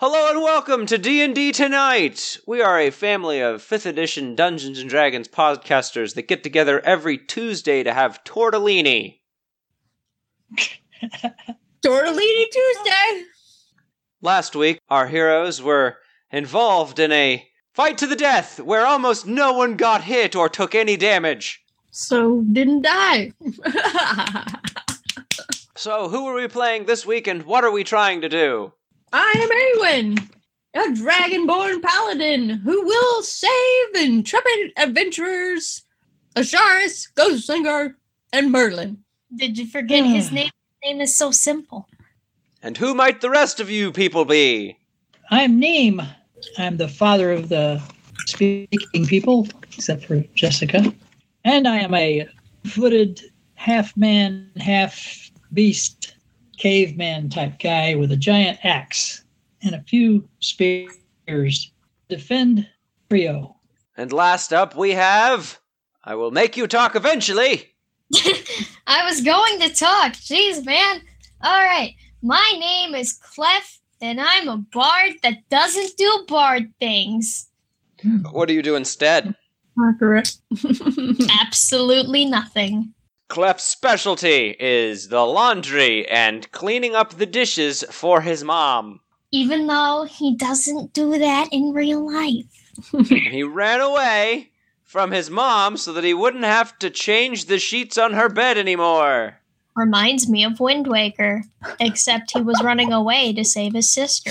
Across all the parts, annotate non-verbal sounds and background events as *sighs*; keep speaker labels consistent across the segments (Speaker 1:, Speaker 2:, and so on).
Speaker 1: Hello and welcome to D&D Tonight. We are a family of 5th edition Dungeons and Dragons podcasters that get together every Tuesday to have tortellini.
Speaker 2: Tortellini Tuesday.
Speaker 1: Last week, our heroes were involved in a fight to the death where almost no one got hit or took any damage.
Speaker 2: So didn't die. *laughs*
Speaker 1: So, who are we playing this week and what are we trying to do?
Speaker 2: I am Erwin, a dragonborn paladin who will save intrepid adventurers Asharis, Ghostlinger, and Merlin.
Speaker 3: Did you forget his name? His name is so simple.
Speaker 1: And who might the rest of you people be?
Speaker 4: I'm Neem. I'm the father of the speaking people, except for Jessica. And I am a footed half man, half beast, caveman type guy with a giant axe and a few spears. Defend Rio.
Speaker 1: And last up, we have. I will make you talk eventually.
Speaker 3: I was going to talk. Jeez, man. All right. My name is Clef, and I'm a bard that doesn't do bard things.
Speaker 1: What do you do instead?
Speaker 2: Accurate. *laughs*
Speaker 3: Absolutely nothing.
Speaker 1: Clef's specialty is the laundry and cleaning up the dishes for his mom.
Speaker 3: Even though he doesn't do that in real life.
Speaker 1: he ran away from his mom so that he wouldn't have to change the sheets on her bed anymore.
Speaker 3: Reminds me of Wind Waker, except he was running away to save his sister.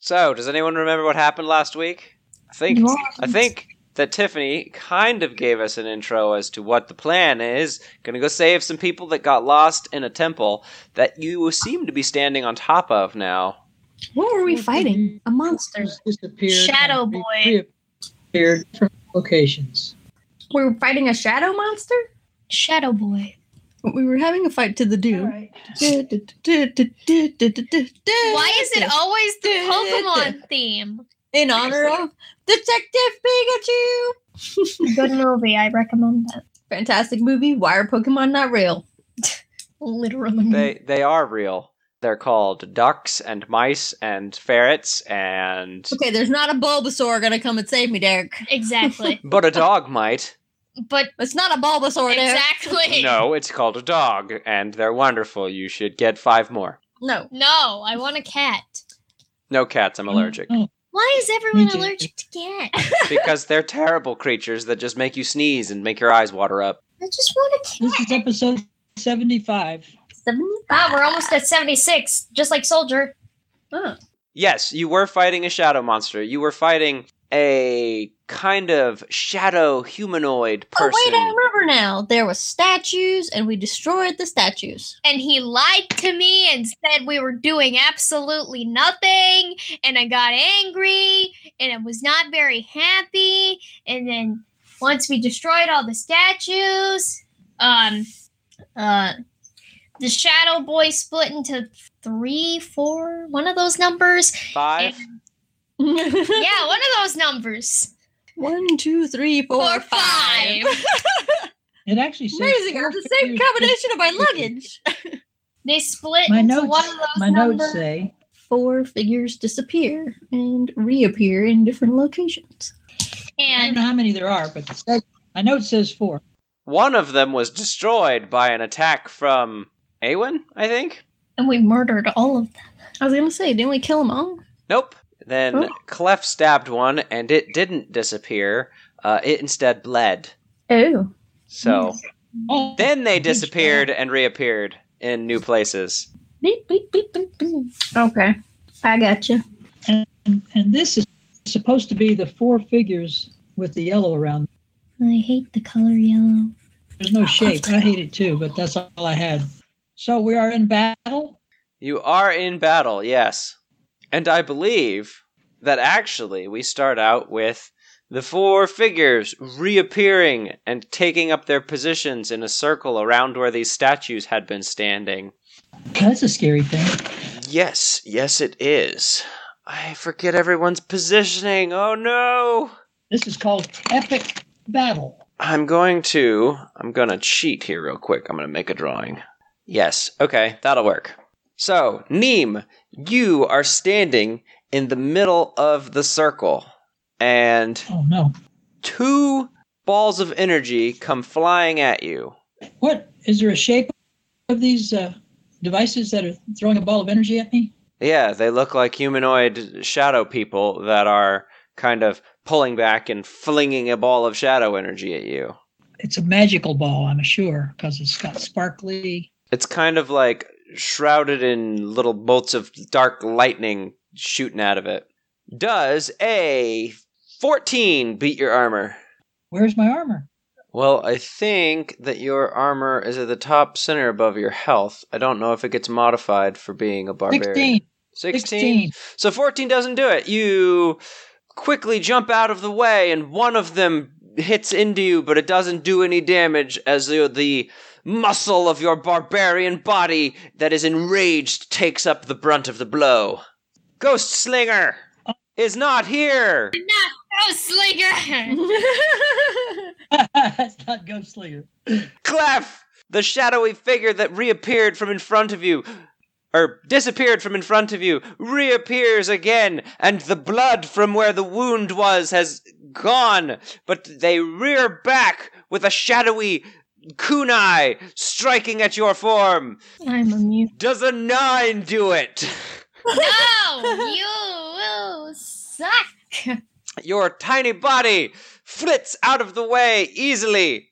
Speaker 1: So, does anyone remember what happened last week? I think
Speaker 3: No.
Speaker 1: I think that Tiffany kind of gave us an intro as to what the plan is. Gonna go save some people that got lost in a temple that you seem to be standing on top of now.
Speaker 2: what were we fighting? A monster.
Speaker 4: Disappeared.
Speaker 3: Shadow
Speaker 4: and
Speaker 3: Boy.
Speaker 4: Reappeared from locations.
Speaker 2: We were fighting a shadow monster?
Speaker 3: *laughs* Shadow Boy.
Speaker 2: We were having a fight to the doom.
Speaker 3: Why
Speaker 2: Why
Speaker 3: is it always the *laughs* Pokemon theme?
Speaker 2: in honor of Detective Pikachu?
Speaker 3: Good movie. I recommend that.
Speaker 2: Fantastic movie. Why are Pokemon not real?
Speaker 3: Literally.
Speaker 2: Mm-hmm.
Speaker 1: they they are real. They're called ducks and mice and ferrets and
Speaker 2: Okay, there's not a Bulbasaur gonna come and save me, Derek.
Speaker 3: exactly.
Speaker 1: but a dog might.
Speaker 3: But
Speaker 2: It's not a Bulbasaur, Derek.
Speaker 3: exactly.
Speaker 1: No, it's called a dog and they're wonderful. You should get 5 more.
Speaker 2: No.
Speaker 3: No, I want a cat.
Speaker 1: No cats, I'm allergic.
Speaker 4: Oh,
Speaker 3: Why is everyone
Speaker 4: too.
Speaker 3: allergic to cats?
Speaker 2: Mm-hmm. *laughs*
Speaker 1: because they're terrible creatures that just make you sneeze and make your eyes water up.
Speaker 3: I just want a *laughs*
Speaker 4: this is episode 75.
Speaker 3: Wow, we're almost at 76, just like Soldier.
Speaker 2: Huh.
Speaker 1: Yes, you were fighting a shadow monster. You were fighting a kind of shadow humanoid
Speaker 2: Oh
Speaker 1: person.
Speaker 2: wait, I remember now. There was statues, and we destroyed the
Speaker 3: *laughs*
Speaker 2: statues.
Speaker 3: And he lied to me and said we were doing absolutely nothing. And I got angry and I was not very happy. And then once we destroyed all the statues, um, uh, the Shadow Boy split into three, four, one of those numbers.
Speaker 1: Five.
Speaker 3: yeah, one of those numbers.
Speaker 2: One, two, three, four,
Speaker 3: Four,
Speaker 2: five.
Speaker 3: five.
Speaker 4: It actually
Speaker 2: *laughs*
Speaker 4: says.
Speaker 2: Amazing! I have the same combination of my luggage.
Speaker 3: They split
Speaker 4: My
Speaker 3: into
Speaker 4: notes,
Speaker 3: one of those
Speaker 4: my
Speaker 3: numbers.
Speaker 4: notes say
Speaker 2: Four figures disappear and reappear in different locations.
Speaker 4: I don't
Speaker 3: and
Speaker 4: know how many there are, but the sec- my note says four.
Speaker 1: One of them was destroyed by an attack from Awen, I think.
Speaker 3: and we murdered all of them.
Speaker 2: I was gonna say, didn't we kill them all?
Speaker 1: Nope. Then
Speaker 2: Oh.
Speaker 1: Clef stabbed one, and it didn't disappear. Uh, it instead bled.
Speaker 2: Oh,
Speaker 1: So
Speaker 4: Oh,
Speaker 1: then they
Speaker 4: Good
Speaker 1: disappeared and reappeared in new places.
Speaker 2: beep, beep, beep, beep, beep. Okay, I got *laughs* you.
Speaker 4: and, and this is supposed to be the four figures with the yellow around.
Speaker 3: I hate the color yellow.
Speaker 4: There's no shape. I hate it too, but that's all I had. So we are in battle.
Speaker 1: You are in battle, yes. And I believe that actually we start out with the four figures reappearing and taking up their positions in a circle around where these statues had been standing.
Speaker 4: That's a scary thing.
Speaker 1: Yes, yes, it is. I forget everyone's positioning. Oh no!
Speaker 4: This is called epic battle.
Speaker 1: I'm going to. I'm going to cheat here real quick. I'm going to make a drawing. Yes, okay, that'll work. So, Neem, you are standing in the middle of the circle, and
Speaker 4: Oh no.
Speaker 1: two balls of energy come flying at you.
Speaker 4: What is there a shape of these uh, devices that are throwing a ball of energy at me?
Speaker 1: Yeah, they look like humanoid shadow people that are kind of pulling back and flinging a ball of shadow energy at you.
Speaker 4: It's a magical ball, I'm sure, because it's got sparkly.
Speaker 1: It's kind of like shrouded in little bolts of dark lightning shooting out of it. Does a 14 beat your armor?
Speaker 4: Where's my armor?
Speaker 1: Well, I think that your armor is at the top center above your health. I don't know if it gets modified for being a barbarian.
Speaker 4: 16.
Speaker 1: 16.
Speaker 4: *laughs*
Speaker 1: So 14 doesn't do it. You quickly jump out of the way, and one of them hits into you, but it doesn't do any damage as the, the muscle of your barbarian body that is enraged takes up the brunt of the blow. Ghost Slinger is not here.
Speaker 3: Oh, *laughs* Slinger!
Speaker 4: it's not Ghost Slayer.
Speaker 1: Clef, the shadowy figure that reappeared from in front of you, or disappeared from in front of you, reappears again, and the blood from where the wound was has gone, but they rear back with a shadowy kunai striking at your form.
Speaker 2: I'm immune.
Speaker 1: Does a nine do it?
Speaker 3: *laughs*
Speaker 1: *laughs*
Speaker 3: no, you will suck.
Speaker 1: Your tiny body flits out of the way easily.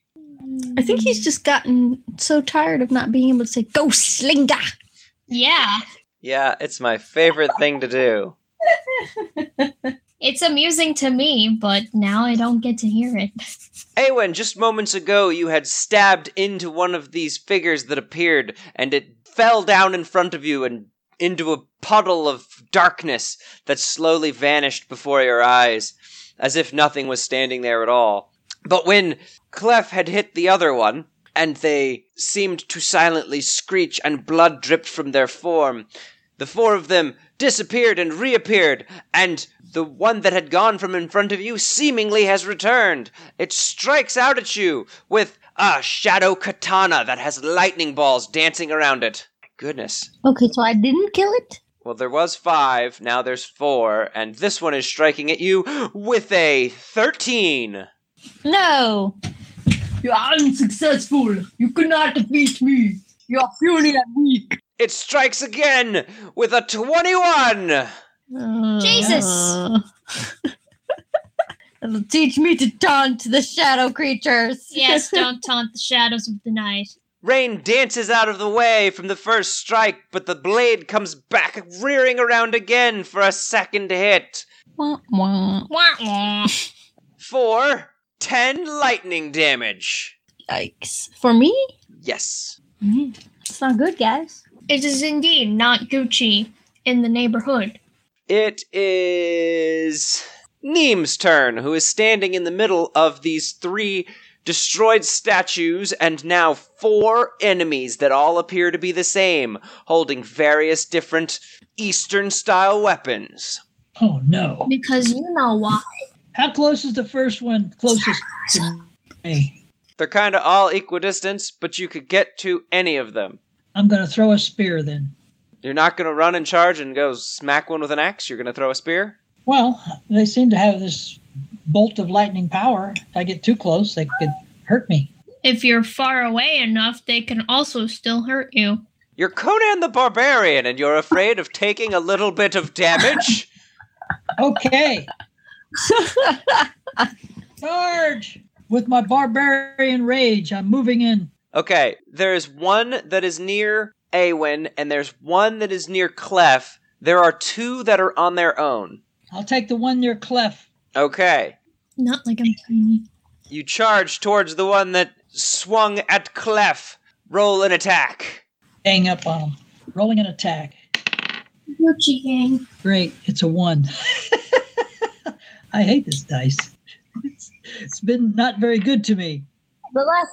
Speaker 2: I think he's just gotten so tired of not being able to say "Go Slinger."
Speaker 3: Yeah,
Speaker 1: Yeah, it's my favorite thing to do.
Speaker 3: it's amusing to me, but now I don't get to hear it.
Speaker 1: Awen, just moments ago you had stabbed into one of these figures that appeared, and it fell down in front of you and into a puddle of darkness that slowly vanished before your eyes, as if nothing was standing there at all. But when Clef had hit the other one, and they seemed to silently screech, and blood dripped from their form, the four of them disappeared and reappeared, and the one that had gone from in front of you seemingly has returned. It strikes out at you with a shadow katana that has lightning balls dancing around it. My goodness.
Speaker 2: Okay, so I didn't kill it.
Speaker 1: Well, there was five, now there's four, and this one is striking at you with a 13.
Speaker 2: No.
Speaker 5: You are unsuccessful. You cannot defeat me. You are puny and weak.
Speaker 1: It strikes again with a 21.
Speaker 2: Uh. *laughs*
Speaker 3: Jesus.
Speaker 5: It'll teach me to taunt the shadow creatures.
Speaker 3: *laughs* Yes, don't taunt the shadows with the night.
Speaker 1: Rain dances out of the way from the first strike, but the blade comes back rearing around again for a second hit.
Speaker 2: *laughs* Wah, wah.
Speaker 3: Wah, wah.
Speaker 1: Four, ten lightning damage.
Speaker 2: Yikes. For me,
Speaker 1: Yes.
Speaker 2: it's not good, guys.
Speaker 3: It is indeed not Gucci in the neighborhood.
Speaker 1: It is Neem's turn, who is standing in the middle of these three destroyed statues and now four enemies that all appear to be the same, holding various different Eastern style weapons.
Speaker 4: Oh no.
Speaker 3: Because you know why.
Speaker 4: How close is the first one? Closest to me.
Speaker 1: They're kind of all equidistant, but you could get to any of them.
Speaker 4: I'm going to throw a spear then.
Speaker 1: You're not going to run and charge and go smack one with an axe. You're going to throw a spear.
Speaker 4: Well, they seem to have this bolt of lightning power. If I get too close, they could hurt me.
Speaker 3: If you're far away enough, they can also still hurt you.
Speaker 1: You're Conan the Barbarian, and you're afraid of taking a little bit of damage?
Speaker 4: Okay. *laughs* Charge! With my barbarian rage, I'm moving in.
Speaker 1: Okay, there is one that is near Awen, and there's one that is near Clef. There are two that are on their own.
Speaker 4: I'll take the one near Clef.
Speaker 1: Okay,
Speaker 3: Not like I'm tiny.
Speaker 1: you charge towards the one that swung at Clef. Roll an attack.
Speaker 4: Hang up on him. Rolling an attack.
Speaker 3: Gucci gang.
Speaker 4: Great. It's a one. *laughs* I hate this dice. It's, it's been not very good to me.
Speaker 2: The last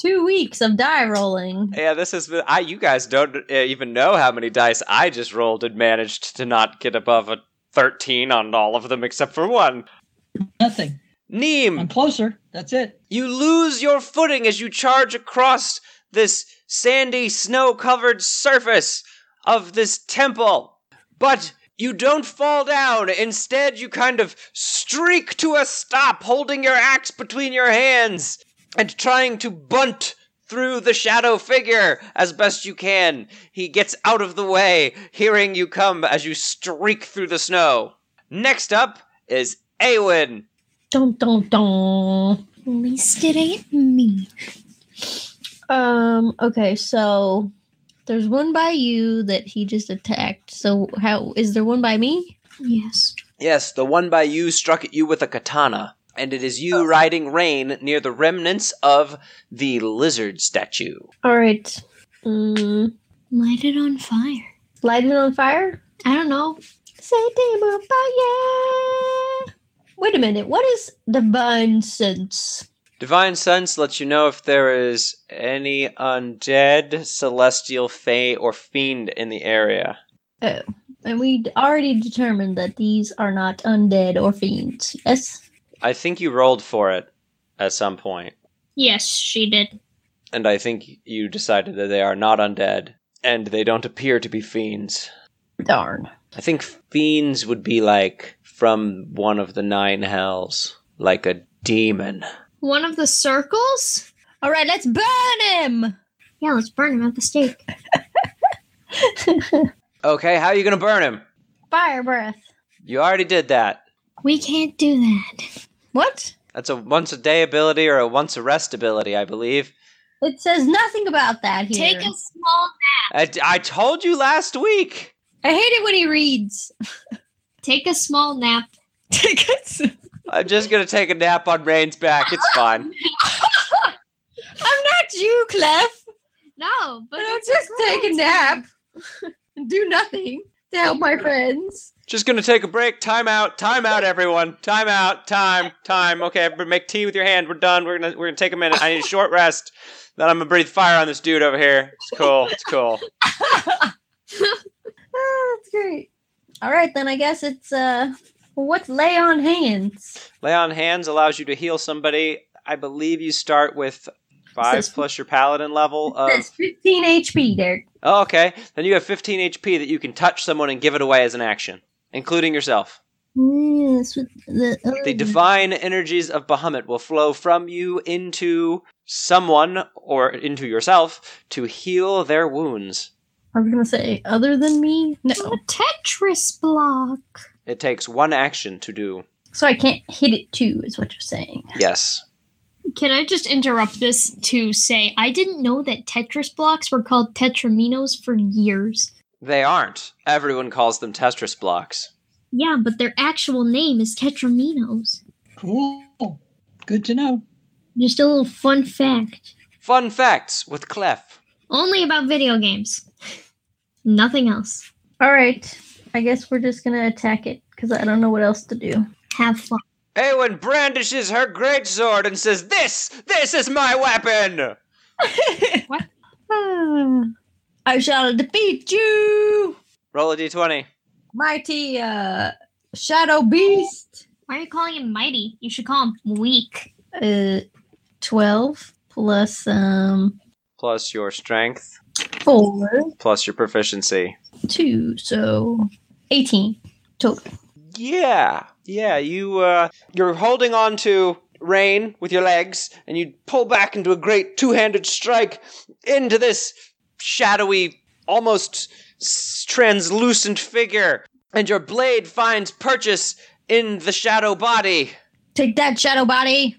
Speaker 2: two weeks of die rolling.
Speaker 1: Yeah, this is. I you guys don't uh, even know how many dice I just rolled and managed to not get above a thirteen on all of them except for one.
Speaker 4: Nothing.
Speaker 1: Neem,
Speaker 4: I'm closer. That's it.
Speaker 1: You lose your footing as you charge across this sandy, snow covered surface. of this temple. But you don't fall down. Instead, you kind of streak to a stop, holding your axe between your hands and trying to bunt through the shadow figure as best you can. He gets out of the way, hearing you come as you streak through the snow. Next up is Awen.
Speaker 2: Dun dun dun.
Speaker 3: At least it ain't me.
Speaker 2: Um. Okay. So there's one by you that he just attacked. So how is there one by me?
Speaker 3: Yes.
Speaker 1: Yes, the one by you struck at you with a katana, and it is you riding rain near the remnants of the lizard statue.
Speaker 2: All right. Mm,
Speaker 3: Light it on fire.
Speaker 2: light it on fire.
Speaker 3: I don't know.
Speaker 2: Say damn on fire. Wait a minute. What is divine sense?
Speaker 1: Divine Sense lets you know if there is any undead, celestial, fey, or fiend in the area.
Speaker 2: And we already determined that these are not undead or fiends. Yes.
Speaker 1: I think you rolled for it at some point,
Speaker 3: Yes, she did.
Speaker 1: and I think you decided that they are not undead, and they don't appear to be fiends.
Speaker 2: Darn.
Speaker 1: I think fiends would be like from one of the nine hells, like a demon.
Speaker 3: One of the circles?
Speaker 2: All right. Let's burn him.
Speaker 3: Yeah, let's burn him at the stake.
Speaker 1: Okay, how are you gonna burn him?
Speaker 2: Fire breath.
Speaker 1: You already did that.
Speaker 3: We can't do that.
Speaker 2: What?
Speaker 1: That's a once a day ability or a once a rest ability, I believe.
Speaker 2: It says nothing about that here.
Speaker 3: Take a small
Speaker 1: I, I told you last week.
Speaker 2: I hate it when he reads.
Speaker 3: take a small nap.
Speaker 2: Take us.
Speaker 1: I'm just gonna take a nap on Rain's back. It's fine.
Speaker 2: I'm not you, Clef.
Speaker 3: No, but
Speaker 2: I'll
Speaker 3: it's
Speaker 2: just
Speaker 3: great.
Speaker 2: take a nap and *laughs* do nothing to help my friends.
Speaker 1: Just gonna take a break. Time out. Time out, everyone. Time out. Time. Time. Okay, everybody make tea with your hand. We're done. We're gonna we're gonna take a minute. I need a short rest. Then I'm gonna breathe fire on this dude over here. It's cool. It's cool.
Speaker 2: Ah, that's great. All right, then I guess it's uh, what's lay on hands?
Speaker 1: Lay on hands allows you to heal somebody. I believe you start with five
Speaker 2: Says-
Speaker 1: plus your paladin level of
Speaker 2: That's 15 HP, Derek.
Speaker 1: Oh, okay. Then you have 15 HP that you can touch someone and give it away as an action, including yourself.
Speaker 2: Mm, that's what the, other
Speaker 1: The
Speaker 2: one-
Speaker 1: divine energies of Bahamut will flow from you into someone or into yourself to heal their wounds.
Speaker 2: I was gonna say other than me. No,
Speaker 3: A Tetris block.
Speaker 1: It takes one action to do.
Speaker 2: so I can't hit it too, is what you're saying.
Speaker 1: Yes.
Speaker 3: Can I just interrupt this to say I didn't know that Tetris blocks were called tetraminos for years.
Speaker 1: They aren't. Everyone calls them Tetris blocks.
Speaker 3: Yeah, but their actual name is tetraminos.
Speaker 4: Cool. Good to know.
Speaker 3: Just a little fun fact.
Speaker 1: Fun facts with Clef.
Speaker 3: Only about video games. *laughs* Nothing else.
Speaker 2: All right, I guess we're just gonna attack it because I don't know what else to do.
Speaker 3: Have fun.
Speaker 1: Eowyn brandishes her greatsword and says, This! This is my weapon!
Speaker 2: Ah, I shall defeat you,
Speaker 1: Roll a d20.
Speaker 2: mighty uh, shadow beast.
Speaker 3: Why are you calling him mighty? You should call him weak.
Speaker 2: Uh, twelve plus um
Speaker 1: Plus your strength,
Speaker 2: four,
Speaker 1: plus your proficiency.
Speaker 2: two, so eighteen total.
Speaker 1: Yeah, yeah. You uh, you're holding on to rain with your legs, and you pull back into a great two-handed strike into this shadowy, almost s- translucent figure, and your blade finds purchase in the shadow body,
Speaker 2: Take that shadow body.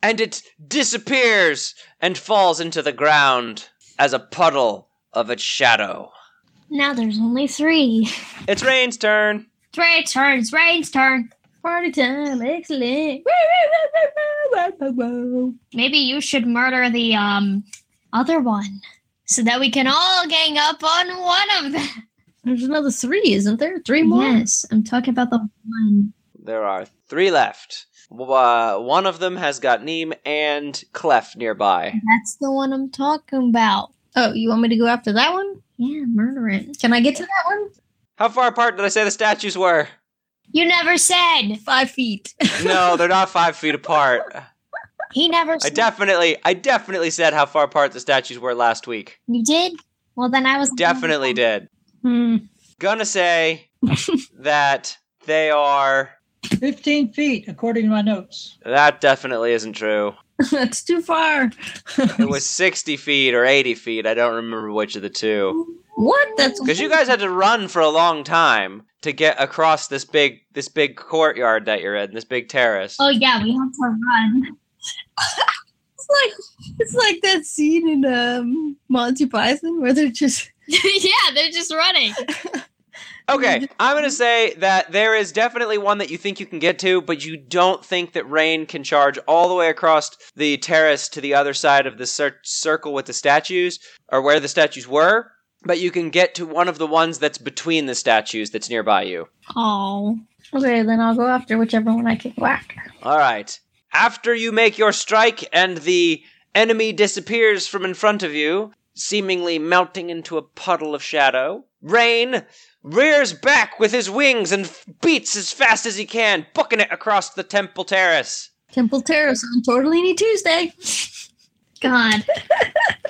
Speaker 1: and it disappears and falls into the ground as a puddle of its shadow.
Speaker 3: Now there's only three.
Speaker 1: It's Rain's turn.
Speaker 3: Three turns. Rain's turn.
Speaker 2: Party time! Excellent. Woo, woo, woo, woo, woo, woo, woo, woo.
Speaker 3: Maybe you should murder the um other one so that we can all gang up on one of them.
Speaker 2: There's another three, isn't there? Three more.
Speaker 3: Yes, I'm talking about the one.
Speaker 1: There are three left. W- Uh, one of them has got Neem and Clef nearby.
Speaker 3: That's the one I'm talking about.
Speaker 2: Oh, you want me to go after that one?
Speaker 3: Yeah, murder it.
Speaker 2: Can I get to that one?
Speaker 1: How far apart did I say the statues were?
Speaker 3: You never said.
Speaker 2: Five feet.
Speaker 1: No, they're not five feet apart.
Speaker 3: He never
Speaker 1: I
Speaker 3: said.
Speaker 1: definitely, I definitely said how far apart the statues were last week.
Speaker 3: you did? Well, then I was
Speaker 1: Definitely did.
Speaker 2: Hmm. *laughs*
Speaker 1: Gonna say that they are.
Speaker 4: 15 feet, according to my notes.
Speaker 1: That definitely isn't true.
Speaker 2: That's too far.
Speaker 1: It was 60 feet or 80 feet. I don't remember which of the two.
Speaker 2: What? That's
Speaker 1: Because you guys had to run for a long time to get across this big this big courtyard that you're in, this big terrace.
Speaker 3: Oh yeah, we have to run.
Speaker 2: It's like it's like that scene in um, Monty Python where they're just
Speaker 3: *laughs* yeah, they're just running.
Speaker 1: Okay, I'm gonna say that there is definitely one that you think you can get to, but you don't think that Rain can charge all the way across the terrace to the other side of the cir- circle with the statues, or where the statues were. But you can get to one of the ones that's between the statues that's nearby you.
Speaker 2: oh. Okay, then I'll go after whichever one I can go after.
Speaker 1: All right. After you make your strike and the enemy disappears from in front of you, seemingly melting into a puddle of shadow, Rain rears back with his wings and f- beats as fast as he can, booking it across the temple terrace.
Speaker 2: Temple Terrace on Tortellini Tuesday.
Speaker 3: God,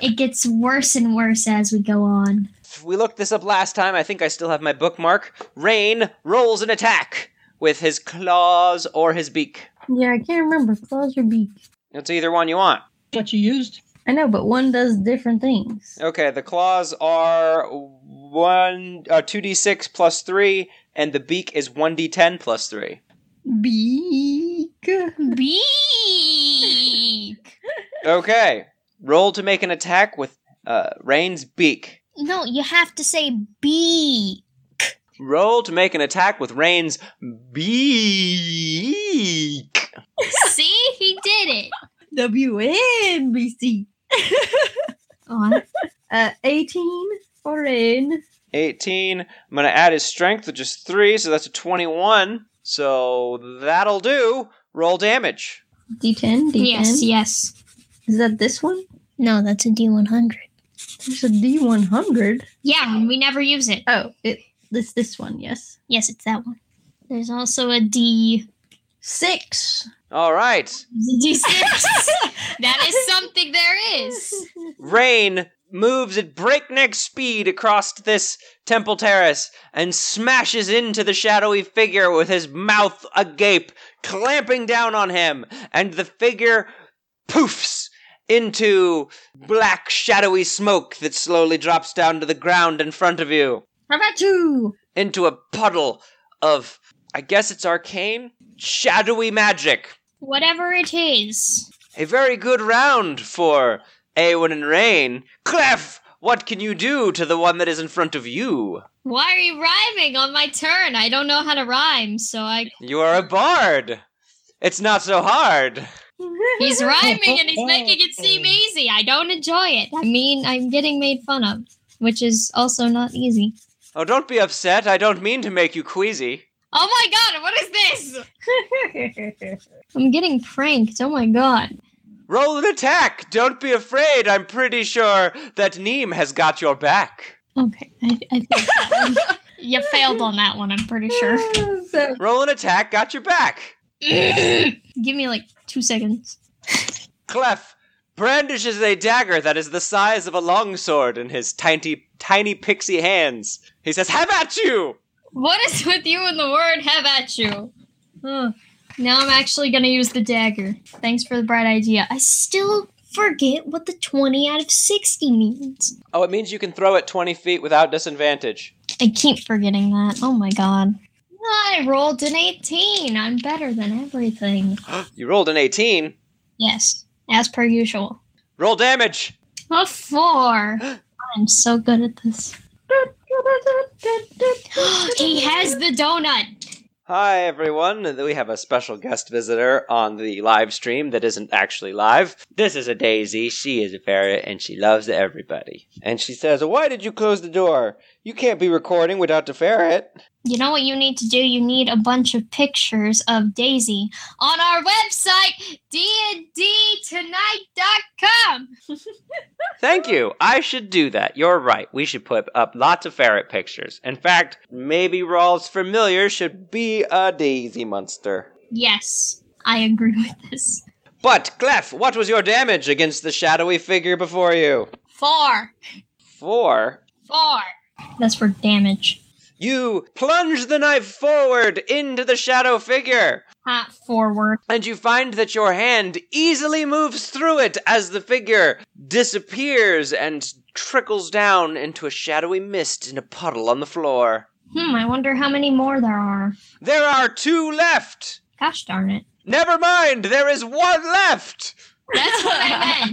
Speaker 3: it gets worse and worse as we go on.
Speaker 1: We looked this up last time. I think I still have my bookmark. Rain rolls an attack with his claws or his beak.
Speaker 2: Yeah, I can't remember. Claws or beak.
Speaker 1: It's either one you want.
Speaker 4: What you used?
Speaker 2: I know, but one does different things.
Speaker 1: Okay, the claws are one uh, 2d6 plus 3 and the beak is 1d10 plus 3.
Speaker 2: Beak.
Speaker 3: Beak.
Speaker 1: Okay. Roll to make an attack with uh, Rain's beak.
Speaker 3: No, you have to say beak.
Speaker 1: Roll to make an attack with Rain's beak.
Speaker 3: See, he did it.
Speaker 2: WNBC.
Speaker 3: Oh,
Speaker 2: Uh, 18 for in.
Speaker 1: 18. I'm going to add his strength, which is 3, so that's a 21. So that'll do. Roll damage.
Speaker 2: D10, D10.
Speaker 3: yes, yes.
Speaker 2: Is that this one?
Speaker 3: No, that's a D one hundred.
Speaker 2: There's a D100.
Speaker 3: Yeah, and we never use it.
Speaker 2: Oh, it it's this one, yes.
Speaker 3: Yes, it's that one. There's also a D.
Speaker 2: Six.
Speaker 1: All right.
Speaker 3: *laughs* D six. *laughs* that is something
Speaker 2: *laughs*
Speaker 3: there is.
Speaker 1: Rain moves at breakneck speed across this temple terrace and smashes into the shadowy figure with his mouth agape, clamping down on him, and the figure poofs into black shadowy smoke that slowly drops down to the ground in front of you,
Speaker 2: How about you?
Speaker 1: into a puddle of, I guess it's arcane? Shadowy magic.
Speaker 3: Whatever it is.
Speaker 1: A very good round for Awen and Rain. Clef, what can you do to the one that is in front of you?
Speaker 3: Why are you rhyming on my turn? I don't know how to rhyme, so I
Speaker 1: You are a bard. It's not so hard.
Speaker 3: *laughs* he's
Speaker 2: *laughs*
Speaker 3: rhyming and he's making it seem easy. I don't enjoy it. I mean, I'm getting made fun of, which is also not easy.
Speaker 1: Oh, don't be upset. I don't mean to make you queasy.
Speaker 3: Oh my god, what is this? I'm getting pranked. Oh my god.
Speaker 1: Roll an attack. Don't be afraid. I'm pretty sure that Neem has got your back.
Speaker 3: Okay, I, I think that one- *laughs* you failed on that one. I'm pretty *laughs* sure.
Speaker 2: So,
Speaker 1: Roll an attack. Got your back.
Speaker 3: Give me like two seconds.
Speaker 1: Clef brandishes a dagger that is the size of a longsword in his tiny, tiny pixie hands. He says, "Have at you!"
Speaker 3: What is with you and the word have at you? Ugh. Now I'm actually going to use the dagger. Thanks for the bright idea. I still forget what the 20 out of 60 means.
Speaker 1: Oh, it means you can throw it 20 feet without disadvantage.
Speaker 3: I keep forgetting that. Oh my god. I rolled an 18. I'm better than everything.
Speaker 1: You rolled an 18.
Speaker 3: Yes, as per usual.
Speaker 1: Roll damage.
Speaker 3: A four. I'm so good at this. *gasps* he has the donut.
Speaker 1: Hi, everyone. We have a special guest visitor on the live stream that isn't actually live. This is a Daisy. She is a ferret and she loves everybody. And she says, Why did you close the door? You can't be recording without the ferret.
Speaker 3: You know what you need to do? You need a bunch of pictures of Daisy on our website, dndtonight.com.
Speaker 1: Thank you. I should do that. You're right. We should put up lots of ferret pictures. In fact, maybe Rawls Familiar should be a Daisy monster.
Speaker 3: Yes, I agree with this.
Speaker 1: But, Clef, what was your damage against the shadowy figure before you?
Speaker 3: Four.
Speaker 1: four,
Speaker 3: Four. That's for damage.
Speaker 1: you plunge the knife forward into the shadow figure,
Speaker 3: Hot forward.
Speaker 1: and you find that your hand easily moves through it as the figure disappears and trickles down into a shadowy mist in a puddle on the floor.
Speaker 3: Hmm, I wonder how many more there are.
Speaker 1: There are two left!
Speaker 3: Gosh darn it.
Speaker 1: Never mind, there is one left!
Speaker 3: That's what I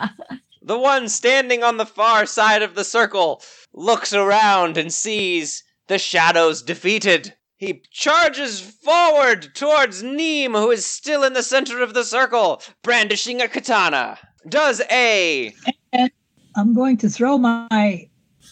Speaker 3: meant.
Speaker 2: *laughs*
Speaker 1: The one standing on the far side of the circle looks around and sees the shadows defeated. He charges forward towards Neem, who is still in the center of the circle, brandishing a katana. Does a.
Speaker 4: I'm going to throw my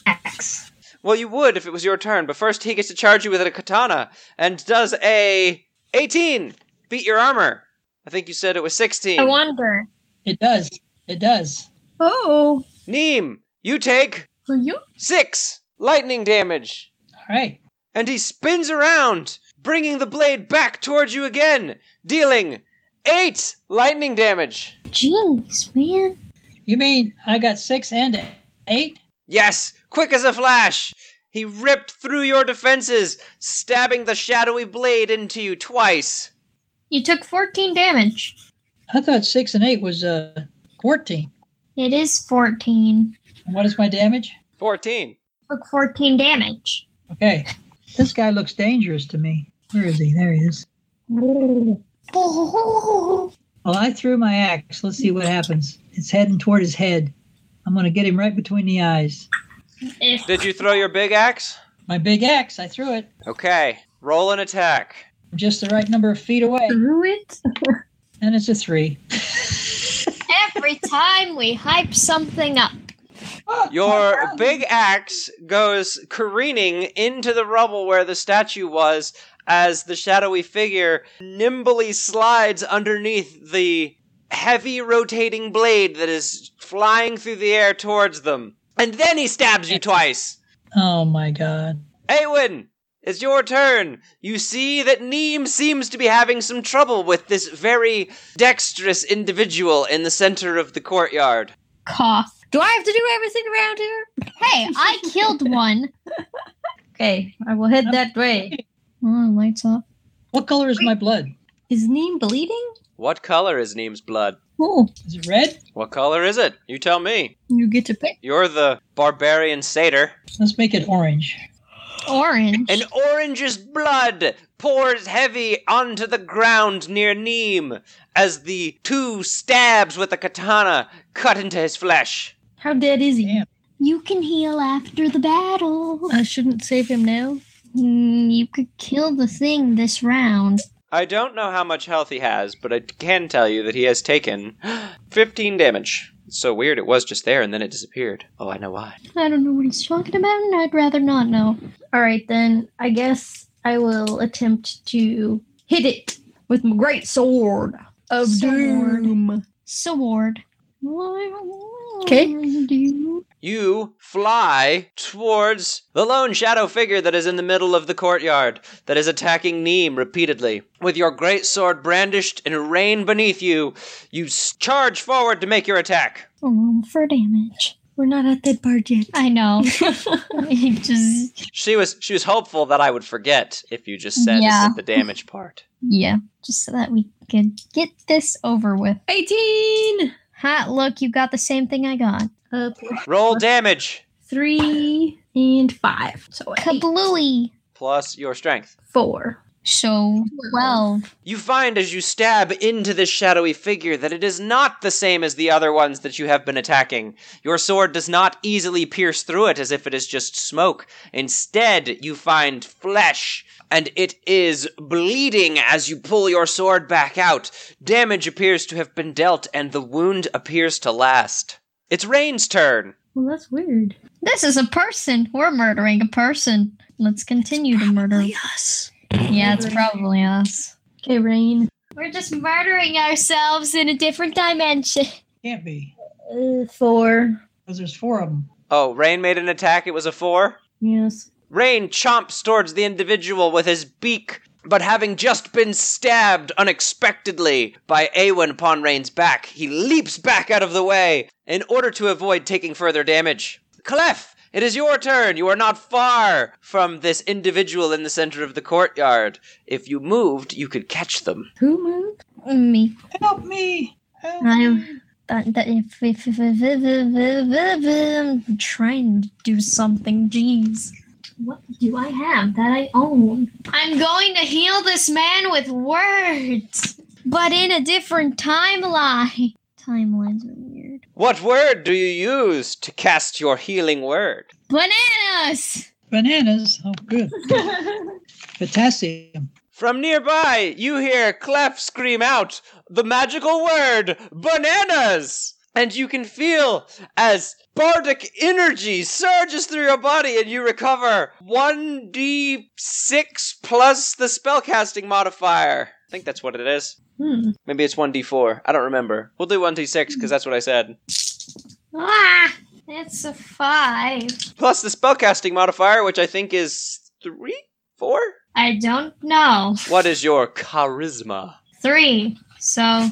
Speaker 4: axe.
Speaker 1: Well, you would if it was your turn, but first he gets to charge you with a katana. And does a. 18! Beat your armor. I think you said it was 16.
Speaker 3: I wonder.
Speaker 4: It does. It does.
Speaker 2: oh.
Speaker 1: Neem, you take
Speaker 5: For you?
Speaker 1: 6 lightning damage.
Speaker 4: All right.
Speaker 1: and he spins around, bringing the blade back towards you again, dealing eight lightning damage.
Speaker 3: Jeez, man.
Speaker 4: You mean I got six and eight?
Speaker 1: Yes, quick as a flash! He ripped through your defenses, stabbing the shadowy blade into you twice.
Speaker 3: You took 14 damage.
Speaker 4: I thought six and eight was uh, 14.
Speaker 3: It is 14.
Speaker 4: And what is my damage?
Speaker 1: 14.
Speaker 3: Took 14 damage.
Speaker 4: Okay. This guy looks dangerous to me. Where is he? There he is. Well, I threw my axe. Let's see what happens. It's heading toward his head. I'm going to get him right between the eyes.
Speaker 3: If
Speaker 1: Did you throw your big axe?
Speaker 4: My big axe, I threw it
Speaker 1: Okay, roll an attack.
Speaker 4: just the right number of feet away.
Speaker 2: Through it? *laughs*
Speaker 4: And it's a three.
Speaker 3: every time we hype something up.
Speaker 4: *laughs*
Speaker 1: Your big axe goes careening into the rubble where the statue was as the shadowy figure nimbly slides underneath the heavy rotating blade that is flying through the air towards them. And then he stabs you twice.
Speaker 4: Oh my God.
Speaker 1: Awen, it's your turn. You see that Neem seems to be having some trouble with this very dexterous individual in the center of the courtyard.
Speaker 3: Cough.
Speaker 2: Do I have to do everything around here?
Speaker 3: Hey, I killed one.
Speaker 2: Okay, I will head that way.
Speaker 3: *laughs* Oh, lights off.
Speaker 4: What color is my blood?
Speaker 2: Is Neem bleeding?
Speaker 1: What color is Neem's blood?
Speaker 2: Oh,
Speaker 4: Is it red?
Speaker 1: What color is it? You tell me.
Speaker 2: you get to pick.
Speaker 1: You're the barbarian satyr.
Speaker 4: Let's make it orange.
Speaker 3: Orange.
Speaker 1: An orange's blood pours heavy onto the ground near Neem as the two stabs with the katana cut into his flesh.
Speaker 2: How dead is he?
Speaker 4: Damn.
Speaker 3: you can heal after the battle.
Speaker 2: I shouldn't save him now.
Speaker 3: Mm, you could kill the thing this round.
Speaker 1: I don't know how much health he has, but I can tell you that he has taken *gasps* 15 damage. It's so weird, it was just there and then it disappeared. Oh, I know why.
Speaker 3: I don't know what he's talking about, and I'd rather not know.
Speaker 2: All right, then I guess I will attempt to hit it with my great sword of
Speaker 3: Sword.
Speaker 2: doom.
Speaker 3: Sword.
Speaker 2: Okay.
Speaker 1: You fly towards the lone shadow figure that is in the middle of the courtyard, that is attacking Neem repeatedly. With your great sword brandished and rain beneath you, you s- charge forward to make your attack.
Speaker 3: Room for damage.
Speaker 2: We're not at that part yet. *laughs*
Speaker 3: I know. *laughs* He just
Speaker 1: She was she was hopeful that I would forget if you just said
Speaker 3: Yeah.
Speaker 1: the damage part.
Speaker 3: yeah, just so that we could get this over with.
Speaker 2: 18!
Speaker 3: Hot look, you got the same thing I got.
Speaker 2: Up
Speaker 1: Roll damage
Speaker 2: three and five. So eight,
Speaker 3: Kablooey.
Speaker 1: plus your strength.
Speaker 2: four.
Speaker 3: So twelve.
Speaker 1: You find as you stab into this shadowy figure that it is not the same as the other ones that you have been attacking. Your sword does not easily pierce through it as if it is just smoke. Instead, you find flesh, and it is bleeding as you pull your sword back out. Damage appears to have been dealt, and the wound appears to last. It's Rain's turn.
Speaker 2: Well, that's weird.
Speaker 3: This is a person. We're murdering a person. Let's continue to murder.
Speaker 2: Yes.
Speaker 3: Yeah, it's probably us.
Speaker 2: Okay, Rain.
Speaker 3: We're just murdering ourselves in a different dimension.
Speaker 4: Can't be.
Speaker 2: Uh, four.
Speaker 4: Because there's four of them.
Speaker 1: Oh, Rain made an attack. It was a four.
Speaker 2: Yes.
Speaker 1: Rain chomps towards the individual with his beak, but having just been stabbed unexpectedly by Awen upon Rain's back, he leaps back out of the way in order to avoid taking further damage. Clef, it is your turn. You are not far from this individual in the center of the courtyard. If you moved, you could catch them.
Speaker 2: Who moved?
Speaker 3: Mm, Me.
Speaker 4: Help me! Help
Speaker 3: I'm-
Speaker 4: me.
Speaker 3: But that- if- if- if- if- if- if- if- if- I'm trying to do something, jeez. What do I have that I own? I'm going to heal this man with words, but in a different timeline. Timelines are weird.
Speaker 1: What word do you use to cast your healing word?
Speaker 3: Bananas!
Speaker 4: Bananas. Oh, good. Potassium.
Speaker 1: From nearby, you hear Clef scream out the magical word, bananas! And you can feel as bardic energy surges through your body and you recover 1d6 plus the spellcasting modifier. I think that's what it is.
Speaker 2: Hmm.
Speaker 1: Maybe it's 1d4. I don't remember. We'll do 1d6 because that's what I said.
Speaker 3: Ah! That's a five.
Speaker 1: Plus the spellcasting modifier, which I think is 3? 4?
Speaker 3: I don't know.
Speaker 1: What is your charisma?
Speaker 3: Three. So,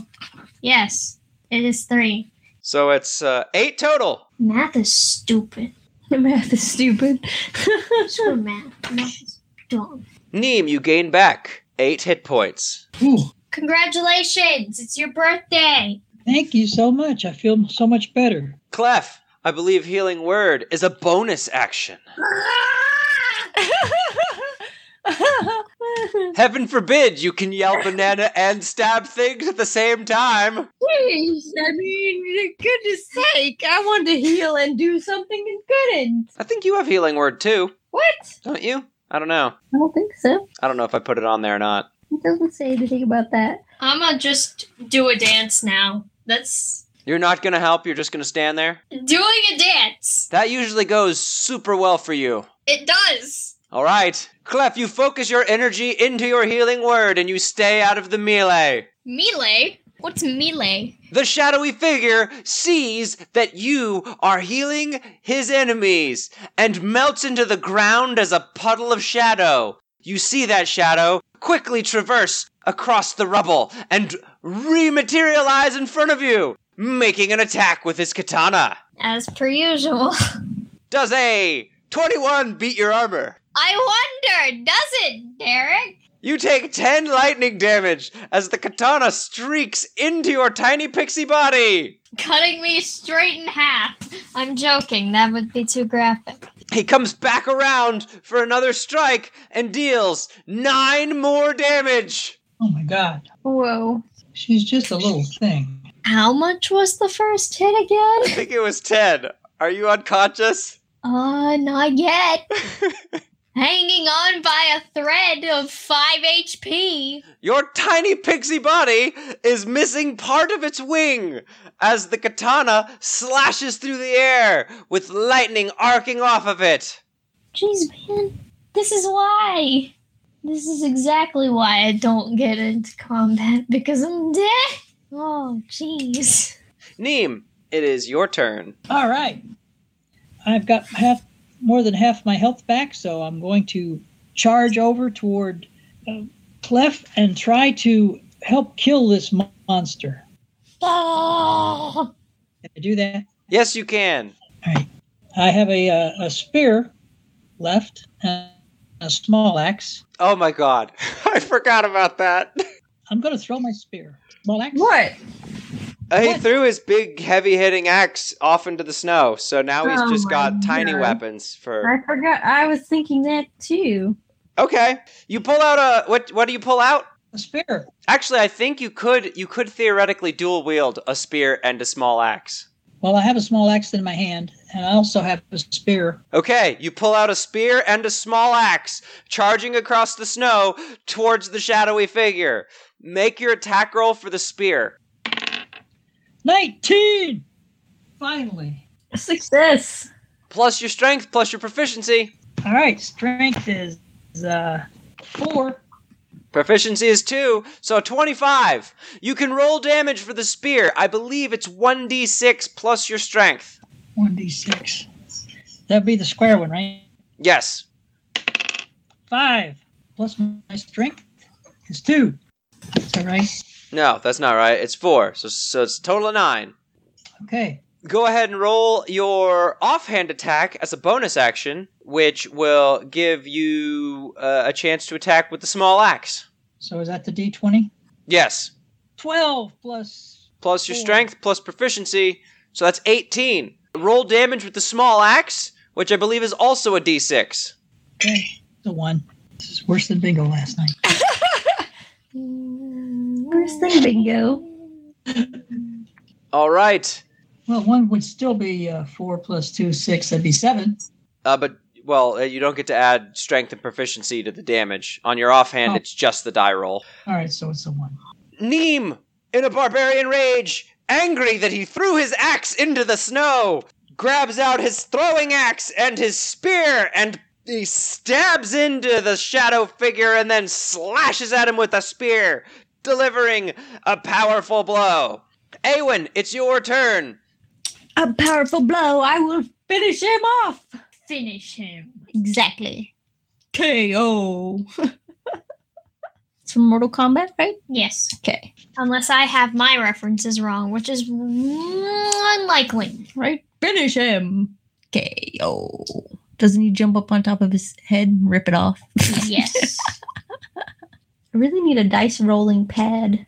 Speaker 3: yes, it is three.
Speaker 1: So it's uh, 8 total.
Speaker 3: Math is stupid.
Speaker 2: Math is stupid. *laughs*
Speaker 3: Screw math. Math is dumb.
Speaker 1: Neem, you gain back eight hit points.
Speaker 4: Ooh,
Speaker 3: Congratulations! It's your birthday.
Speaker 4: thank you so much. I feel so much better.
Speaker 1: Clef, I believe Healing Word is a bonus action. Heaven forbid you can yell banana and stab things at the same time.
Speaker 2: Please, I mean, for goodness sake, I wanted to heal and do something and couldn't.
Speaker 1: I think you have Healing Word too,
Speaker 2: What?
Speaker 1: don't you? I don't know.
Speaker 2: I don't think so.
Speaker 1: I don't know if I put it on there or not.
Speaker 2: It doesn't say anything about that.
Speaker 3: I'm gonna just do a dance now. That's
Speaker 1: You're not gonna help, you're just gonna stand there?
Speaker 3: doing a dance.
Speaker 1: That usually goes super well for you.
Speaker 3: It does.
Speaker 1: All right. Clef, you focus your energy into your Healing Word and you stay out of the melee.
Speaker 3: Melee. What's melee?
Speaker 1: The shadowy figure sees that you are healing his enemies and melts into the ground as a puddle of shadow. You see that shadow quickly traverse across the rubble and rematerialize in front of you, making an attack with his katana.
Speaker 3: As per usual.
Speaker 1: Does a 21 beat your armor?
Speaker 3: *laughs* I wonder, does it, Derek?
Speaker 1: You take 10 lightning damage as the katana streaks into your tiny pixie body.
Speaker 3: Cutting me straight in half. I'm joking. That would be too graphic.
Speaker 1: He comes back around for another strike and deals nine more damage.
Speaker 4: Oh my God.
Speaker 2: Whoa.
Speaker 4: She's just a little thing.
Speaker 3: How much was the first hit again?
Speaker 1: I think it was ten. Are you unconscious?
Speaker 3: Uh, not yet. *laughs* Hanging on by a thread of 5 HP.
Speaker 1: Your tiny pixie body is missing part of its wing as the katana slashes through the air with lightning arcing off of it.
Speaker 3: Jeez, man. This is why. This is exactly why I don't get into combat because I'm dead. Oh, jeez.
Speaker 1: Neem, it is your turn.
Speaker 4: All right. I've got half, more than half my health back, so I'm going to charge over toward uh, Clef and try to help kill this mon- monster.
Speaker 3: Oh,
Speaker 4: Can I do that?
Speaker 1: Yes, you can.
Speaker 4: I have a, uh, a spear left, and a small axe.
Speaker 1: Oh my god. *laughs* I forgot about that.
Speaker 4: I'm going to throw my spear. Small axe?
Speaker 2: What?
Speaker 1: Uh, He
Speaker 4: What?
Speaker 1: threw his big, heavy hitting axe off into the snow, so now he's
Speaker 2: Oh
Speaker 1: just
Speaker 2: my
Speaker 1: got tiny
Speaker 2: God.
Speaker 1: weapons for.
Speaker 2: I forgot. I was thinking that too.
Speaker 1: Okay, you pull out a what? What do you pull out?
Speaker 4: A spear.
Speaker 1: Actually, I think you could you could theoretically dual wield a spear and a small axe.
Speaker 4: Well, I have a small axe in my hand, and I also have a spear.
Speaker 1: Okay, you pull out a spear and a small axe, charging across the snow towards the shadowy figure. Make your attack roll for the spear.
Speaker 4: 19! Finally.
Speaker 2: Success.
Speaker 1: Plus your strength, plus your proficiency.
Speaker 4: All right, strength is uh, four.
Speaker 1: Proficiency is 2, so 25. You can roll damage for the spear. I believe it's 1d6 plus your strength.
Speaker 4: 1d6. That'd be the square one, right?
Speaker 1: Yes.
Speaker 4: Five. Plus my strength is two. Is that right?
Speaker 1: No, that's not right. It's 4, so, so it's a total of 9.
Speaker 4: Okay.
Speaker 1: Go ahead and roll your offhand attack as a bonus action, which will give you uh, a chance to attack with the small axe.
Speaker 4: So is that the D20?
Speaker 1: Yes.
Speaker 4: 12 plus.
Speaker 1: Plus your
Speaker 4: Four.
Speaker 1: strength, plus proficiency. So that's 18. Roll damage with the small axe, which I believe is also a d6.
Speaker 4: Okay. The one. This is worse than bingo last night.
Speaker 2: First thing, bingo.
Speaker 1: All right.
Speaker 4: Well, one would still be uh, four plus two, six. That'd be seven.
Speaker 1: Uh, but, well, uh, you don't get to add strength and proficiency to the damage. On your offhand,
Speaker 4: Oh.
Speaker 1: it's just the die roll.
Speaker 4: All right, so it's a one.
Speaker 1: Neem, in a barbarian rage, angry that he threw his axe into the snow, grabs out his throwing axe and his spear and he stabs into the shadow figure and then slashes at him with a spear, delivering a powerful blow. Awen, it's your turn.
Speaker 2: A powerful blow. I will finish him off.
Speaker 3: Finish him.
Speaker 2: Exactly. KO. *laughs* it's from Mortal Kombat, right?
Speaker 3: Yes.
Speaker 2: Okay.
Speaker 3: Unless I have my references wrong, which is unlikely.
Speaker 2: Right? Finish him. KO. Doesn't he jump up on top of his head and rip it off? *laughs*
Speaker 3: Yes.
Speaker 2: I really need a dice rolling pad.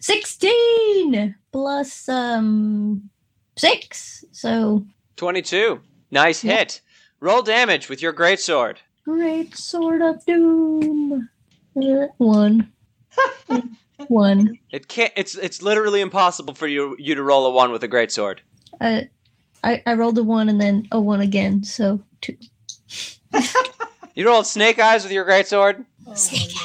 Speaker 2: 16 plus um 6. So
Speaker 1: 22. Nice
Speaker 2: Yep.
Speaker 1: hit. Roll damage with your greatsword.
Speaker 2: great sword of doom. Uh, 1 1
Speaker 1: It can't it's it's literally impossible for you you to roll a one with a greatsword.
Speaker 2: Uh, I I rolled a 1 and then a 1 again. So 2
Speaker 1: You rolled snake eyes with your greatsword?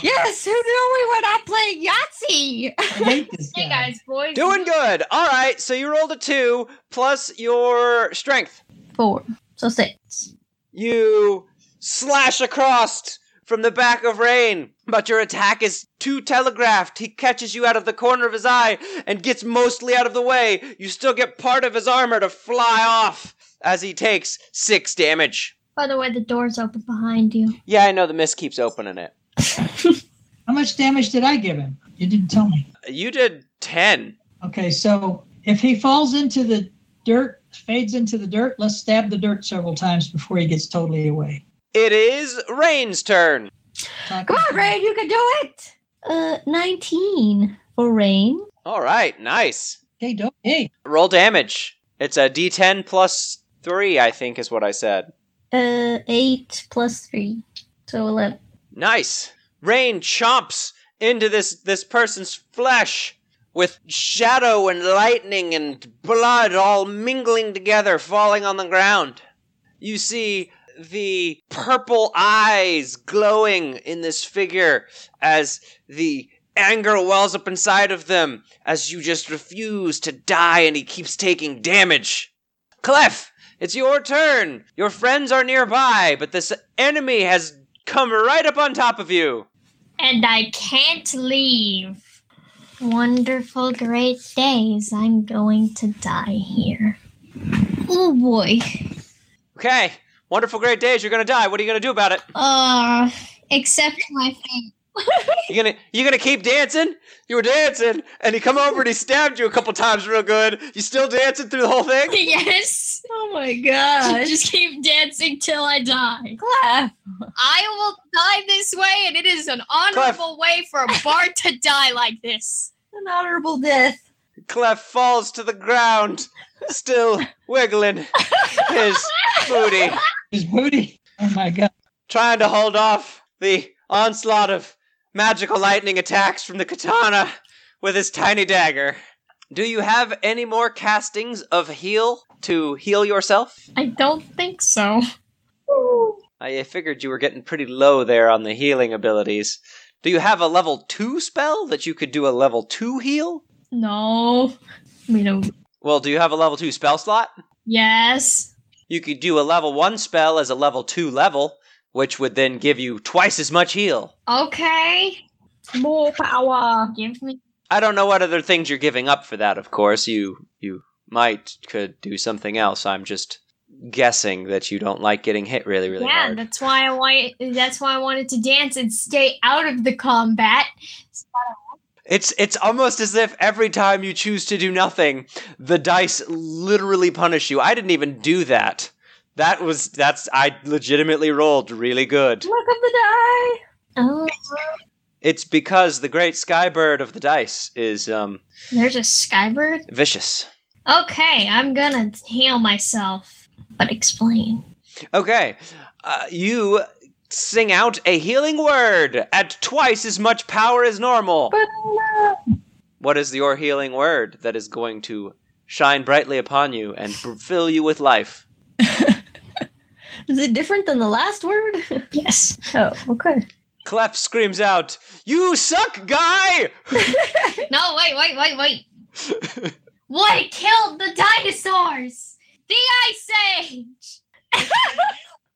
Speaker 2: Yes, who knew we were not playing Yahtzee?
Speaker 4: I hate this
Speaker 3: hey
Speaker 4: guy.
Speaker 3: guys, boys.
Speaker 1: Doing good. All right. So you rolled a two plus your strength.
Speaker 2: Four. So six.
Speaker 1: You slash across from the back of Rain, but your attack is too telegraphed. He catches you out of the corner of his eye and gets mostly out of the way. You still get part of his armor to fly off as he takes six damage.
Speaker 3: By the way, the door's open behind you.
Speaker 1: Yeah, I know the mist keeps opening it.
Speaker 4: How much damage did I give him? You didn't tell me.
Speaker 1: You did 10.
Speaker 4: Okay, so if he falls into the dirt, fades into the dirt, let's stab the dirt several times before he gets totally away.
Speaker 1: It is Rain's turn.
Speaker 4: Talk-
Speaker 2: Come on, Rain, you can do it. Uh, nineteen for Rain.
Speaker 1: All right. Nice.
Speaker 4: Hey, do Hey,
Speaker 1: Roll damage. It's a d10 plus 3, I think is what I said.
Speaker 2: Uh, eight plus three, so eleven.
Speaker 1: Nice. Rain chomps into this this person's flesh with shadow and lightning and blood all mingling together falling on the ground. You see the purple eyes glowing in this figure as the anger wells up inside of them as you just refuse to die and he keeps taking damage. Clef, it's your turn. Your friends are nearby, but this enemy has come right up on top of you.
Speaker 3: And I can't leave. Wonderful, great days. I'm going to die here. Oh boy.
Speaker 1: Okay. Wonderful great days, you're gonna die. What are you gonna do about it?
Speaker 3: Uh, accept my fate.
Speaker 1: You gonna you gonna keep dancing? You were dancing, and he come over and he stabbed you a couple times real good. You still dancing through the whole thing?
Speaker 3: *laughs* yes.
Speaker 2: Oh my gosh!
Speaker 3: *laughs* Just keep dancing till I die.
Speaker 2: *laughs* Clef.
Speaker 3: I will die this way, and it is an honorable way for a bard to die like this.
Speaker 2: An honorable death.
Speaker 1: Clef falls to the ground, still wiggling his booty,
Speaker 4: his booty. Oh my God.
Speaker 1: trying to hold off the onslaught of magical lightning attacks from the katana with his tiny dagger. Do you have any more castings of heal to heal yourself?
Speaker 3: I don't think so.
Speaker 1: I figured you were getting pretty low there on the healing abilities. Do you have a level 2 spell that you could do a level 2 heal?
Speaker 3: No. I mean, uh,
Speaker 1: Well, do you have a level 2 spell slot?
Speaker 3: yes.
Speaker 1: You could do a level 1 spell as a level 2 level, which would then give you twice as much heal.
Speaker 3: Okay.
Speaker 2: More power.
Speaker 3: Give me.
Speaker 1: I don't know what other things you're giving up for that, of course. You you might could do something else. I'm just guessing that you don't like getting hit really really
Speaker 3: yeah,
Speaker 1: hard.
Speaker 3: that's why I want. That's why I wanted to dance and stay out of the combat.
Speaker 1: It's it's almost as if every time you choose to do nothing, the dice literally punish you. I didn't even do that. That was that's I legitimately rolled really good.
Speaker 5: Look up the die.
Speaker 2: Oh,
Speaker 1: It's because the great skybird of the dice is um
Speaker 3: There's a skybird.
Speaker 1: vicious.
Speaker 3: Okay, I'm gonna heal myself. But explain.
Speaker 1: Okay. Uh, you sing out a healing word at twice as much power as normal.
Speaker 5: But no.
Speaker 1: What is your healing word that is going to shine brightly upon you and b- fill you with life?
Speaker 2: is it different than the last word? *laughs*
Speaker 3: Yes.
Speaker 2: oh, okay.
Speaker 1: Clef screams out, You suck, guy!
Speaker 3: No, wait, wait, wait, wait.
Speaker 1: *laughs*
Speaker 3: what killed the dinosaurs? The Ice Age!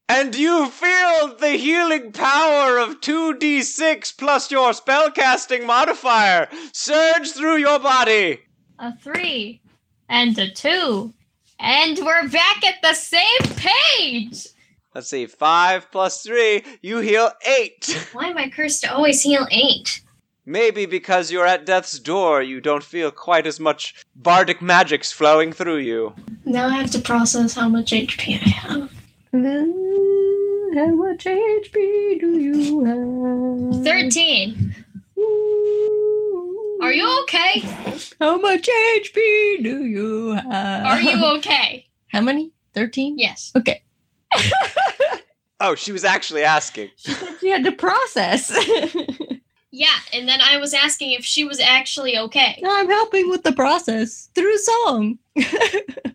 Speaker 1: And you feel the healing power of 2d6 plus your spellcasting modifier surge through your body.
Speaker 3: A three and a two. And we're back at the same page!
Speaker 1: Let's see, 5 plus 3, you heal 8.
Speaker 3: Why am I cursed to always heal eight?
Speaker 1: Maybe because you're at death's door, you don't feel quite as much bardic magics flowing through you.
Speaker 3: Now I have to process how much HP I have.
Speaker 2: Ooh, How much HP do you have?
Speaker 3: 13.
Speaker 2: Ooh.
Speaker 3: Are you okay?
Speaker 2: How much HP do you have?
Speaker 3: Are *laughs* you okay?
Speaker 2: *laughs* How many? Thirteen.
Speaker 3: Yes.
Speaker 2: Okay.
Speaker 1: Oh, she was actually asking.
Speaker 2: She said she had to process. *laughs* no,
Speaker 3: Yeah, and then I was asking if she was actually okay.
Speaker 2: I'm helping with the process through song.
Speaker 1: The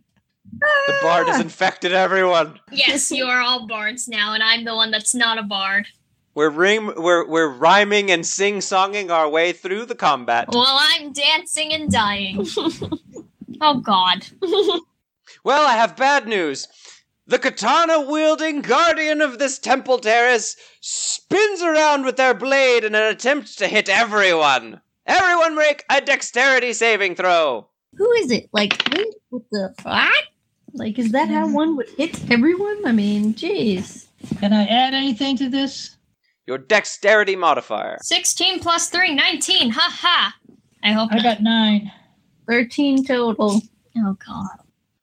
Speaker 1: bard has infected everyone.
Speaker 3: Yes, you are all bards now, and I'm the one that's not a bard.
Speaker 1: We're, rim- we're, we're rhyming and sing-songing our way through the combat.
Speaker 3: Well, I'm dancing and *laughs* dying. oh, God.
Speaker 1: Well, I have bad news. The katana wielding guardian of this temple terrace spins around with their blade in an attempt to hit everyone. Everyone make a dexterity saving throw.
Speaker 2: Who is it? Like Link with the what? Like, is that
Speaker 3: Mm.
Speaker 2: how one would hit everyone? I mean, jeez.
Speaker 4: Can I add anything to this?
Speaker 1: Your dexterity modifier.
Speaker 3: 16 plus 3, 19. Ha ha. I hope
Speaker 4: I
Speaker 3: not.
Speaker 4: got nine.
Speaker 2: Thirteen total.
Speaker 3: oh, God.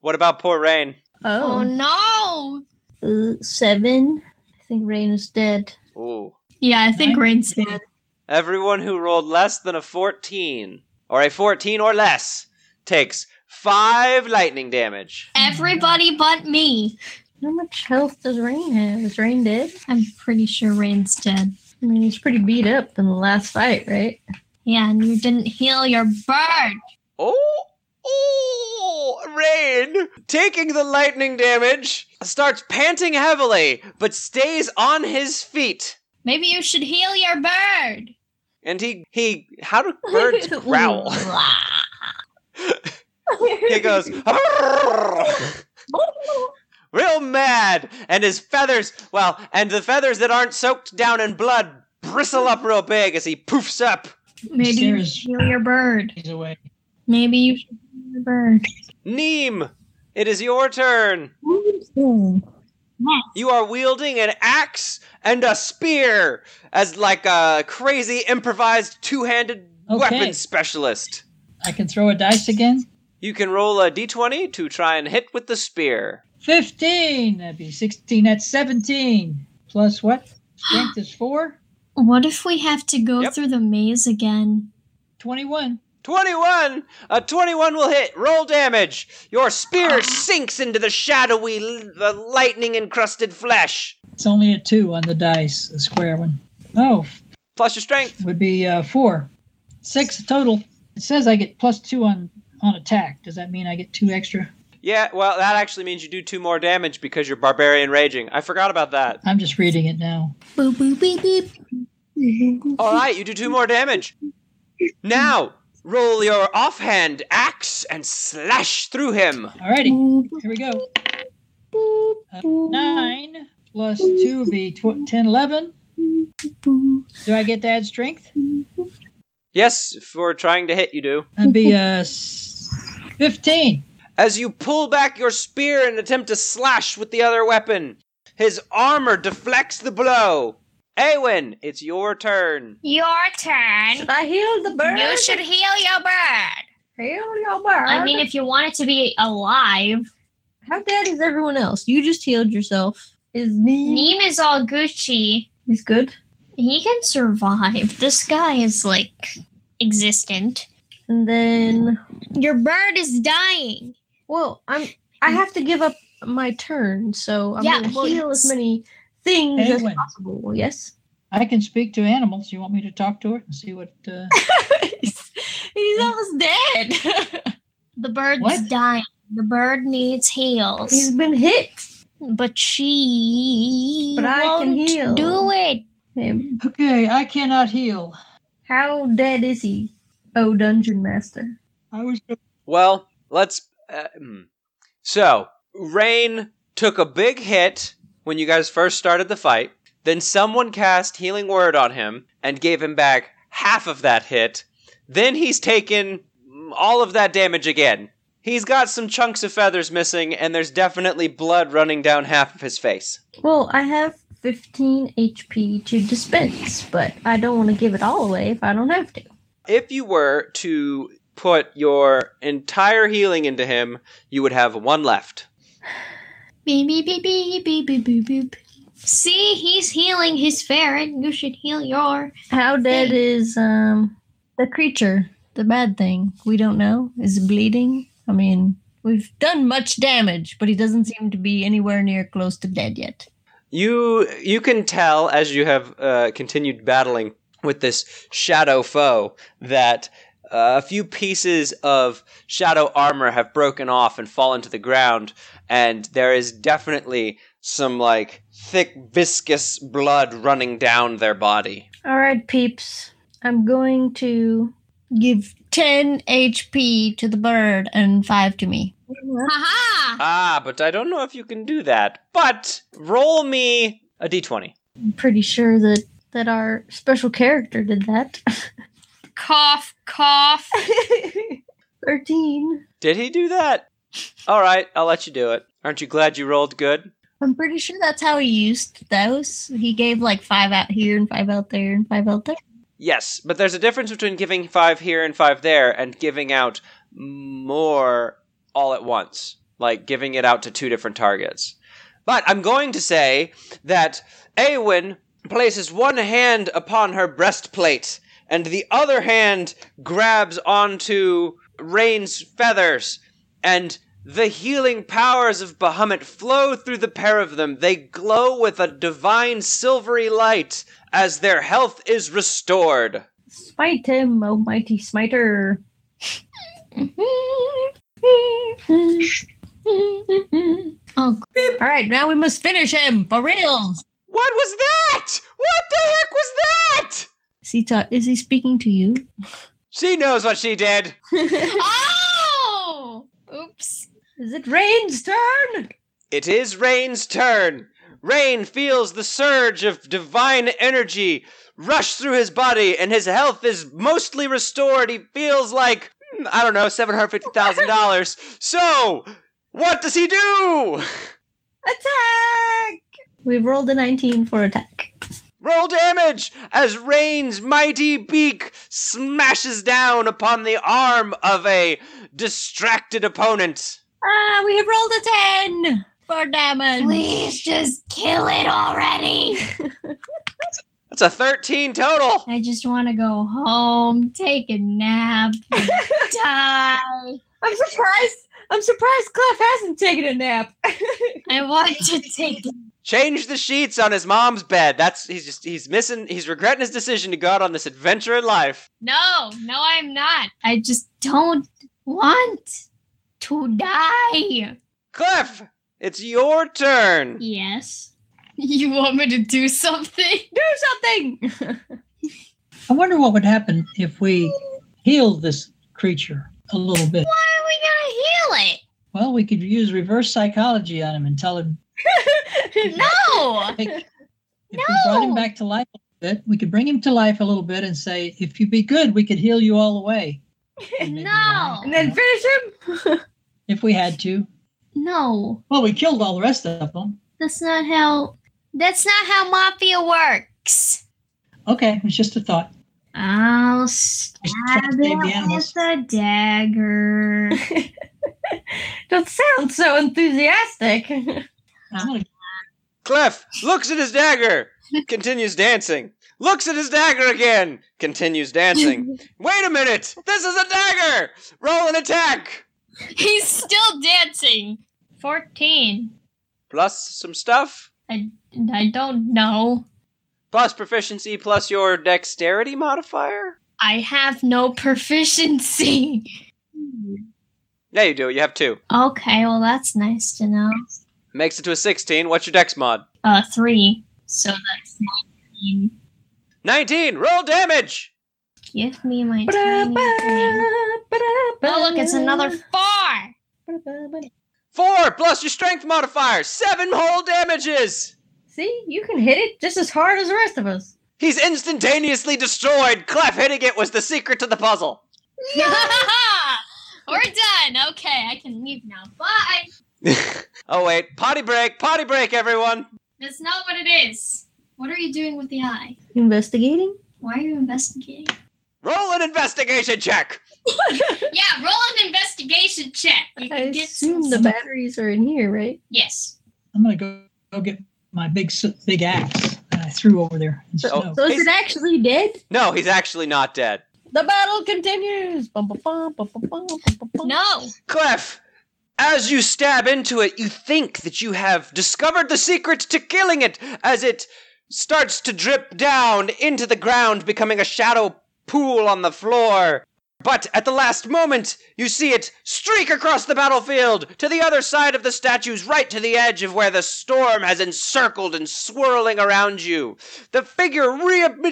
Speaker 1: What about poor Rain?
Speaker 3: Oh,
Speaker 2: Oh,
Speaker 3: no.
Speaker 2: uh, seven. I think Rain is dead.
Speaker 1: Ooh.
Speaker 3: Yeah, I think
Speaker 4: Nine.
Speaker 3: Rain's dead.
Speaker 1: Everyone who rolled less than a 14 or a 14 or less takes 5 lightning damage.
Speaker 3: Everybody but me.
Speaker 2: How much health does Rain have? Is Rain dead?
Speaker 3: I'm pretty sure Rain's dead.
Speaker 2: I mean, he's pretty beat up in the last fight,
Speaker 3: *laughs*
Speaker 2: right?
Speaker 3: Yeah, and you didn't heal your bird.
Speaker 1: Oh! Oh! Rain, taking the lightning damage, starts panting heavily but stays on his feet.
Speaker 3: Maybe you should heal your bird.
Speaker 1: And he he how do birds
Speaker 2: *laughs*
Speaker 1: growl? he goes "Arrgh!" real mad and his feathers well and the feathers that aren't soaked down in blood bristle up real big as he poofs up
Speaker 3: Maybe you
Speaker 4: Upstairs.
Speaker 3: should heal your bird.
Speaker 4: He's away.
Speaker 3: Maybe you should heal your bird.
Speaker 1: neem it is your turn you are wielding an axe and a spear as like a crazy improvised two-handed
Speaker 4: Okay.
Speaker 1: weapon specialist
Speaker 4: I can throw a dice again.
Speaker 1: you can roll a d20 to try and hit with the spear
Speaker 4: 15. That'd be 16. That's 17. Plus what? Strength is 4.
Speaker 3: What if we have to go
Speaker 1: Yep.
Speaker 3: through the maze again?
Speaker 4: 21.
Speaker 1: 21! A 21 will hit! Roll damage! Your spear sinks into the shadowy, l- the lightning encrusted flesh!
Speaker 4: It's only a 2 on the dice, a square one. Oh,
Speaker 1: Plus your strength.
Speaker 4: would be uh, 4. 6 total. It says I get plus 2 on, on attack. Does that mean I get 2 extra?
Speaker 1: Yeah, well, that actually means you do two more damage because you're barbarian raging. I forgot about that.
Speaker 4: I'm just reading it now.
Speaker 2: Boop, boop, beep, beep.
Speaker 1: Alright, you do two more damage. Now, roll your offhand axe and slash through him.
Speaker 4: Alrighty, here we go. Uh, 9 plus 2 would be tw- 10, 11. Do I get to add strength?
Speaker 1: Yes, for trying to hit, you do.
Speaker 4: That'd be uh, s- 15.
Speaker 1: As you pull back your spear and attempt to slash with the other weapon, his armor deflects the blow. Awen, it's your turn.
Speaker 3: Your turn.
Speaker 5: Should I heal the bird?
Speaker 3: You should heal your bird.
Speaker 5: heal your bird.
Speaker 3: I mean, if you want it to be alive,
Speaker 2: How bad is everyone else? You just healed yourself.
Speaker 5: is me
Speaker 3: Neem is all Gucci.
Speaker 2: He's good.
Speaker 3: He can survive. This guy is like existent.
Speaker 2: And then,
Speaker 3: Your bird is dying.
Speaker 2: well, I'm. I have to give up my turn, so I'm
Speaker 3: Mm. Yeah,
Speaker 2: gonna
Speaker 3: well,
Speaker 2: heal as many things as
Speaker 4: Edwin.
Speaker 2: possible. Yes.
Speaker 4: I can speak to animals. You want me to talk to it and see what? Uh...
Speaker 2: *laughs* he's, he's almost dead. *laughs*
Speaker 3: The bird's
Speaker 4: What?
Speaker 3: dying. The bird needs heals.
Speaker 2: he's been hit.
Speaker 3: but she
Speaker 2: But I
Speaker 3: won't
Speaker 2: can heal.
Speaker 3: do it.
Speaker 2: Him.
Speaker 4: Okay, I cannot heal.
Speaker 2: How dead is he? Oh, dungeon master.
Speaker 4: I was
Speaker 1: Well, let's. Uh, hmm. so, Rain took a big hit when you guys first started the fight. Then someone cast Healing Word on him and gave him back half of that hit. Then he's taken mm, all of that damage again. He's got some chunks of feathers missing, and there's definitely blood running down half of his face.
Speaker 2: Well, I have 15 HP to dispense, but I don't want to give it all away if I don't have to.
Speaker 1: If you were to put your entire healing into him, you would have one left.
Speaker 3: Beep, beep, beep, beep, beep, beep, beep, beep. See, he's healing his ferret. You should heal your.
Speaker 2: How dead
Speaker 3: Hey.
Speaker 2: is um the creature? The bad thing. We don't know. Is it bleeding? I mean, we've done much damage, but he doesn't seem to be anywhere near close to dead yet.
Speaker 1: You you can tell as you have uh, continued battling with this shadow foe that uh, a few pieces of shadow armor have broken off and fallen to the ground, and there is definitely some like thick viscous blood running down their body.
Speaker 2: All right, peeps. I'm going to give 10 HP to the bird and 5 to me.
Speaker 3: Haha!
Speaker 1: Ah, but I don't know if you can do that. But roll me a d20.
Speaker 2: I'm pretty sure that that our special character did that. *laughs*
Speaker 3: Cough, cough.
Speaker 2: 13.
Speaker 1: Did he do that? All right, I'll let you do it. Aren't you glad you rolled good?
Speaker 2: I'm pretty sure that's how he used those. He gave like 5 out here and 5 out there and 5 out there.
Speaker 1: Yes, but there's a difference between giving five here and five there and giving out more all at once, like giving it out to two different targets. But I'm going to say that Awen places one hand upon her breastplate and the other hand grabs onto Rain's feathers and the healing powers of Bahamut flow through the pair of them. They glow with a divine silvery light as their health is restored.
Speaker 2: Smite him, oh mighty smiter.
Speaker 3: Oh,
Speaker 2: *laughs* All right, now we must finish him for real.
Speaker 1: What was that? What the heck was that?
Speaker 2: Sita, is he speaking to you? *laughs*
Speaker 1: She knows what she did.
Speaker 3: oh! Oops.
Speaker 2: Is it Rain's turn?
Speaker 1: It is Rain's turn. Rain feels the surge of divine energy rush through his body, and his health is mostly restored. He feels like, mm, I don't know, $750,000. so, what does he do?
Speaker 2: Attack! We've rolled a 19 for attack.
Speaker 1: Roll damage as Rain's mighty beak smashes down upon the arm of a distracted opponent.
Speaker 2: Ah, we have rolled a 10 for damage.
Speaker 3: Please just kill it already.
Speaker 1: That's a 13 total.
Speaker 3: I just want to go home, take a nap, *laughs* die.
Speaker 2: I'm surprised. I'm surprised Clef hasn't taken a nap. *laughs*
Speaker 3: I want to take
Speaker 1: Change the sheets on his mom's bed. That's he's just he's missing he's regretting his decision to go out on this adventure in life.
Speaker 3: No, no, I'm not. I just don't want to die.
Speaker 1: Cliff, it's your turn.
Speaker 3: Yes. *laughs* You want me to do something?
Speaker 2: Do *laughs* something.
Speaker 4: I wonder what would happen if we healed this creature a little bit.
Speaker 3: Why are we gonna heal
Speaker 4: Well, we could use reverse psychology on him and tell him.
Speaker 3: it? No!
Speaker 4: Hey, if we brought him
Speaker 3: No.
Speaker 4: back to life a little bit, we could bring him to life a little bit and say, if you be good, we could heal you all away. And *laughs* maybe
Speaker 3: No.
Speaker 4: die.
Speaker 2: and then finish him.
Speaker 4: if we had to.
Speaker 3: No,
Speaker 4: Well, we killed all the rest of them.
Speaker 3: that's not how. That's not how mafia work. six.
Speaker 4: Okay, it was just a thought.
Speaker 3: I'll
Speaker 4: trying
Speaker 3: stab
Speaker 4: to
Speaker 3: it
Speaker 4: stab the
Speaker 3: with
Speaker 4: animals.
Speaker 3: a dagger.
Speaker 2: Don't sound so enthusiastic. *laughs*
Speaker 4: I'm gonna
Speaker 1: Clef looks at his dagger, continues dancing. Looks at his dagger again, continues
Speaker 3: *laughs*
Speaker 1: dancing. Wait a minute! This is a dagger! Roll an attack!
Speaker 3: He's still dancing. 14.
Speaker 1: Plus some stuff,
Speaker 3: And I don't know.
Speaker 1: plus proficiency, plus your dexterity modifier?
Speaker 3: I have no *laughs* proficiency.
Speaker 1: Yeah, you do. You have two.
Speaker 3: Okay, well, that's nice to know.
Speaker 1: Makes it to a 16. What's your dex mod?
Speaker 3: Uh, three. So that's 19.
Speaker 1: 19! Roll damage!
Speaker 3: Give me my tiny thing. Oh, look, it's another *laughs* four.
Speaker 1: Four plus your strength modifier! Seven whole damages!
Speaker 2: See, you can hit it just as hard as the rest of us.
Speaker 1: He's instantaneously destroyed! Clef hitting it was the secret to the puzzle!
Speaker 3: *laughs* We're done. Okay, I can leave now. Bye.
Speaker 1: oh, wait. Potty break! Potty break, everyone!
Speaker 3: That's not what it is. What are you doing with the eye?
Speaker 2: Investigating?
Speaker 3: Why are you investigating?
Speaker 1: Roll an investigation check!
Speaker 3: yeah, roll an investigation check. You
Speaker 2: I
Speaker 3: can get
Speaker 2: assume the batteries are in here, right?
Speaker 3: Yes.
Speaker 4: I'm gonna go, go get my big s- big axe that I threw over there. in
Speaker 1: So-
Speaker 3: Oh,
Speaker 4: snow.
Speaker 2: So is
Speaker 1: He's-
Speaker 2: it actually dead?
Speaker 1: No, he's actually not dead.
Speaker 2: The battle continues. Bum, bum, bum, bum, bum, bum, bum, bum.
Speaker 3: No.
Speaker 1: Clef, as you stab into it, you think that you have discovered the secret to killing it as it starts to drip down into the ground, becoming a shadow pool on the floor. But at the last moment, you see it streak across the battlefield to the other side of the statues, right to the edge of where the storm has encircled and swirling around you. The figure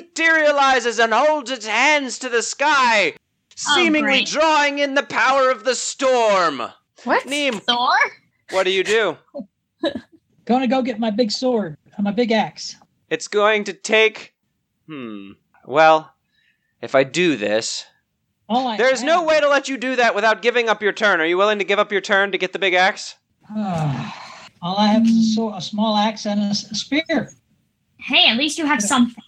Speaker 1: rematerializes and holds its hands to the sky,
Speaker 3: Oh,
Speaker 1: seemingly
Speaker 3: great.
Speaker 1: drawing in the power of the storm.
Speaker 2: What?
Speaker 1: Neem,
Speaker 3: Thor?
Speaker 1: what do you do?
Speaker 4: Gonna go get my big sword, uh, my big axe.
Speaker 1: It's going to take. Hmm. Well, if I do this.
Speaker 4: All I
Speaker 1: There's no
Speaker 4: have-
Speaker 1: way to let you do that without giving up your turn. Are you willing to give up your turn to get the big axe?
Speaker 4: Ah, all I have is a, sword, a small axe and a, s- a spear.
Speaker 3: Hey, at least you have something.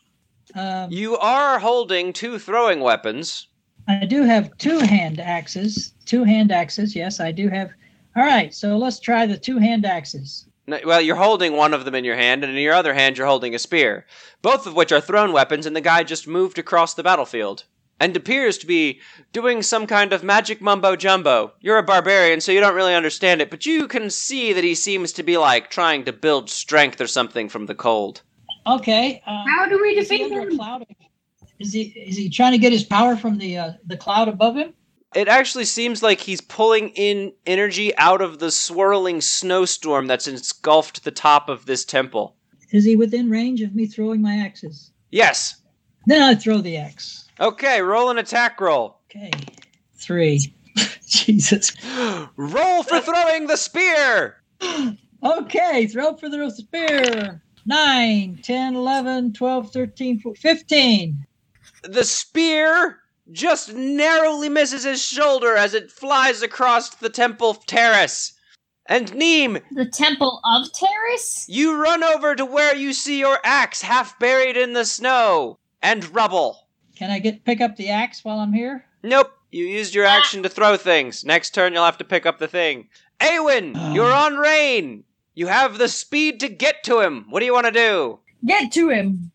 Speaker 4: Um,
Speaker 1: You are holding two throwing weapons.
Speaker 4: I do have two hand axes. Two hand axes. Yes, I do have. All right, so let's try the two hand axes.
Speaker 1: N- Well, you're holding one of them in your hand, and in your other hand, you're holding a spear. Both of which are thrown weapons, and the guy just moved across the battlefield. And appears to be doing some kind of magic mumbo jumbo. You're a barbarian, so you don't really understand it, but you can see that he seems to be like trying to build strength or something from the cold.
Speaker 4: Okay. Uh,
Speaker 2: How do we
Speaker 4: is he
Speaker 2: defeat
Speaker 4: under a
Speaker 2: them?
Speaker 4: cloud of- Is he is he trying to get his power from the uh, the cloud above him?
Speaker 1: It actually seems like he's pulling in energy out of the swirling snowstorm that's engulfed the top of this temple.
Speaker 4: Is he within range of me throwing my axes?
Speaker 1: Yes.
Speaker 4: Then I throw the axe.
Speaker 1: Okay, roll an attack roll.
Speaker 4: Okay. Three. *laughs* Jesus.
Speaker 1: roll for throwing the spear!
Speaker 4: Okay, throw for the spear. 9, 10, 11, 12, 13, 14, 15.
Speaker 1: the spear just narrowly misses his shoulder as it flies across the temple terrace. And Neem,
Speaker 3: The Temple of Terrace?
Speaker 1: you run over to where you see your axe half buried in the snow and rubble.
Speaker 4: Can I get pick up the axe while I'm here?
Speaker 1: Nope, you used your action to throw things. Next turn, you'll have to pick up the thing. Awen, you're on rain. You have the speed to get to him. What do you want to do?
Speaker 2: Get to him.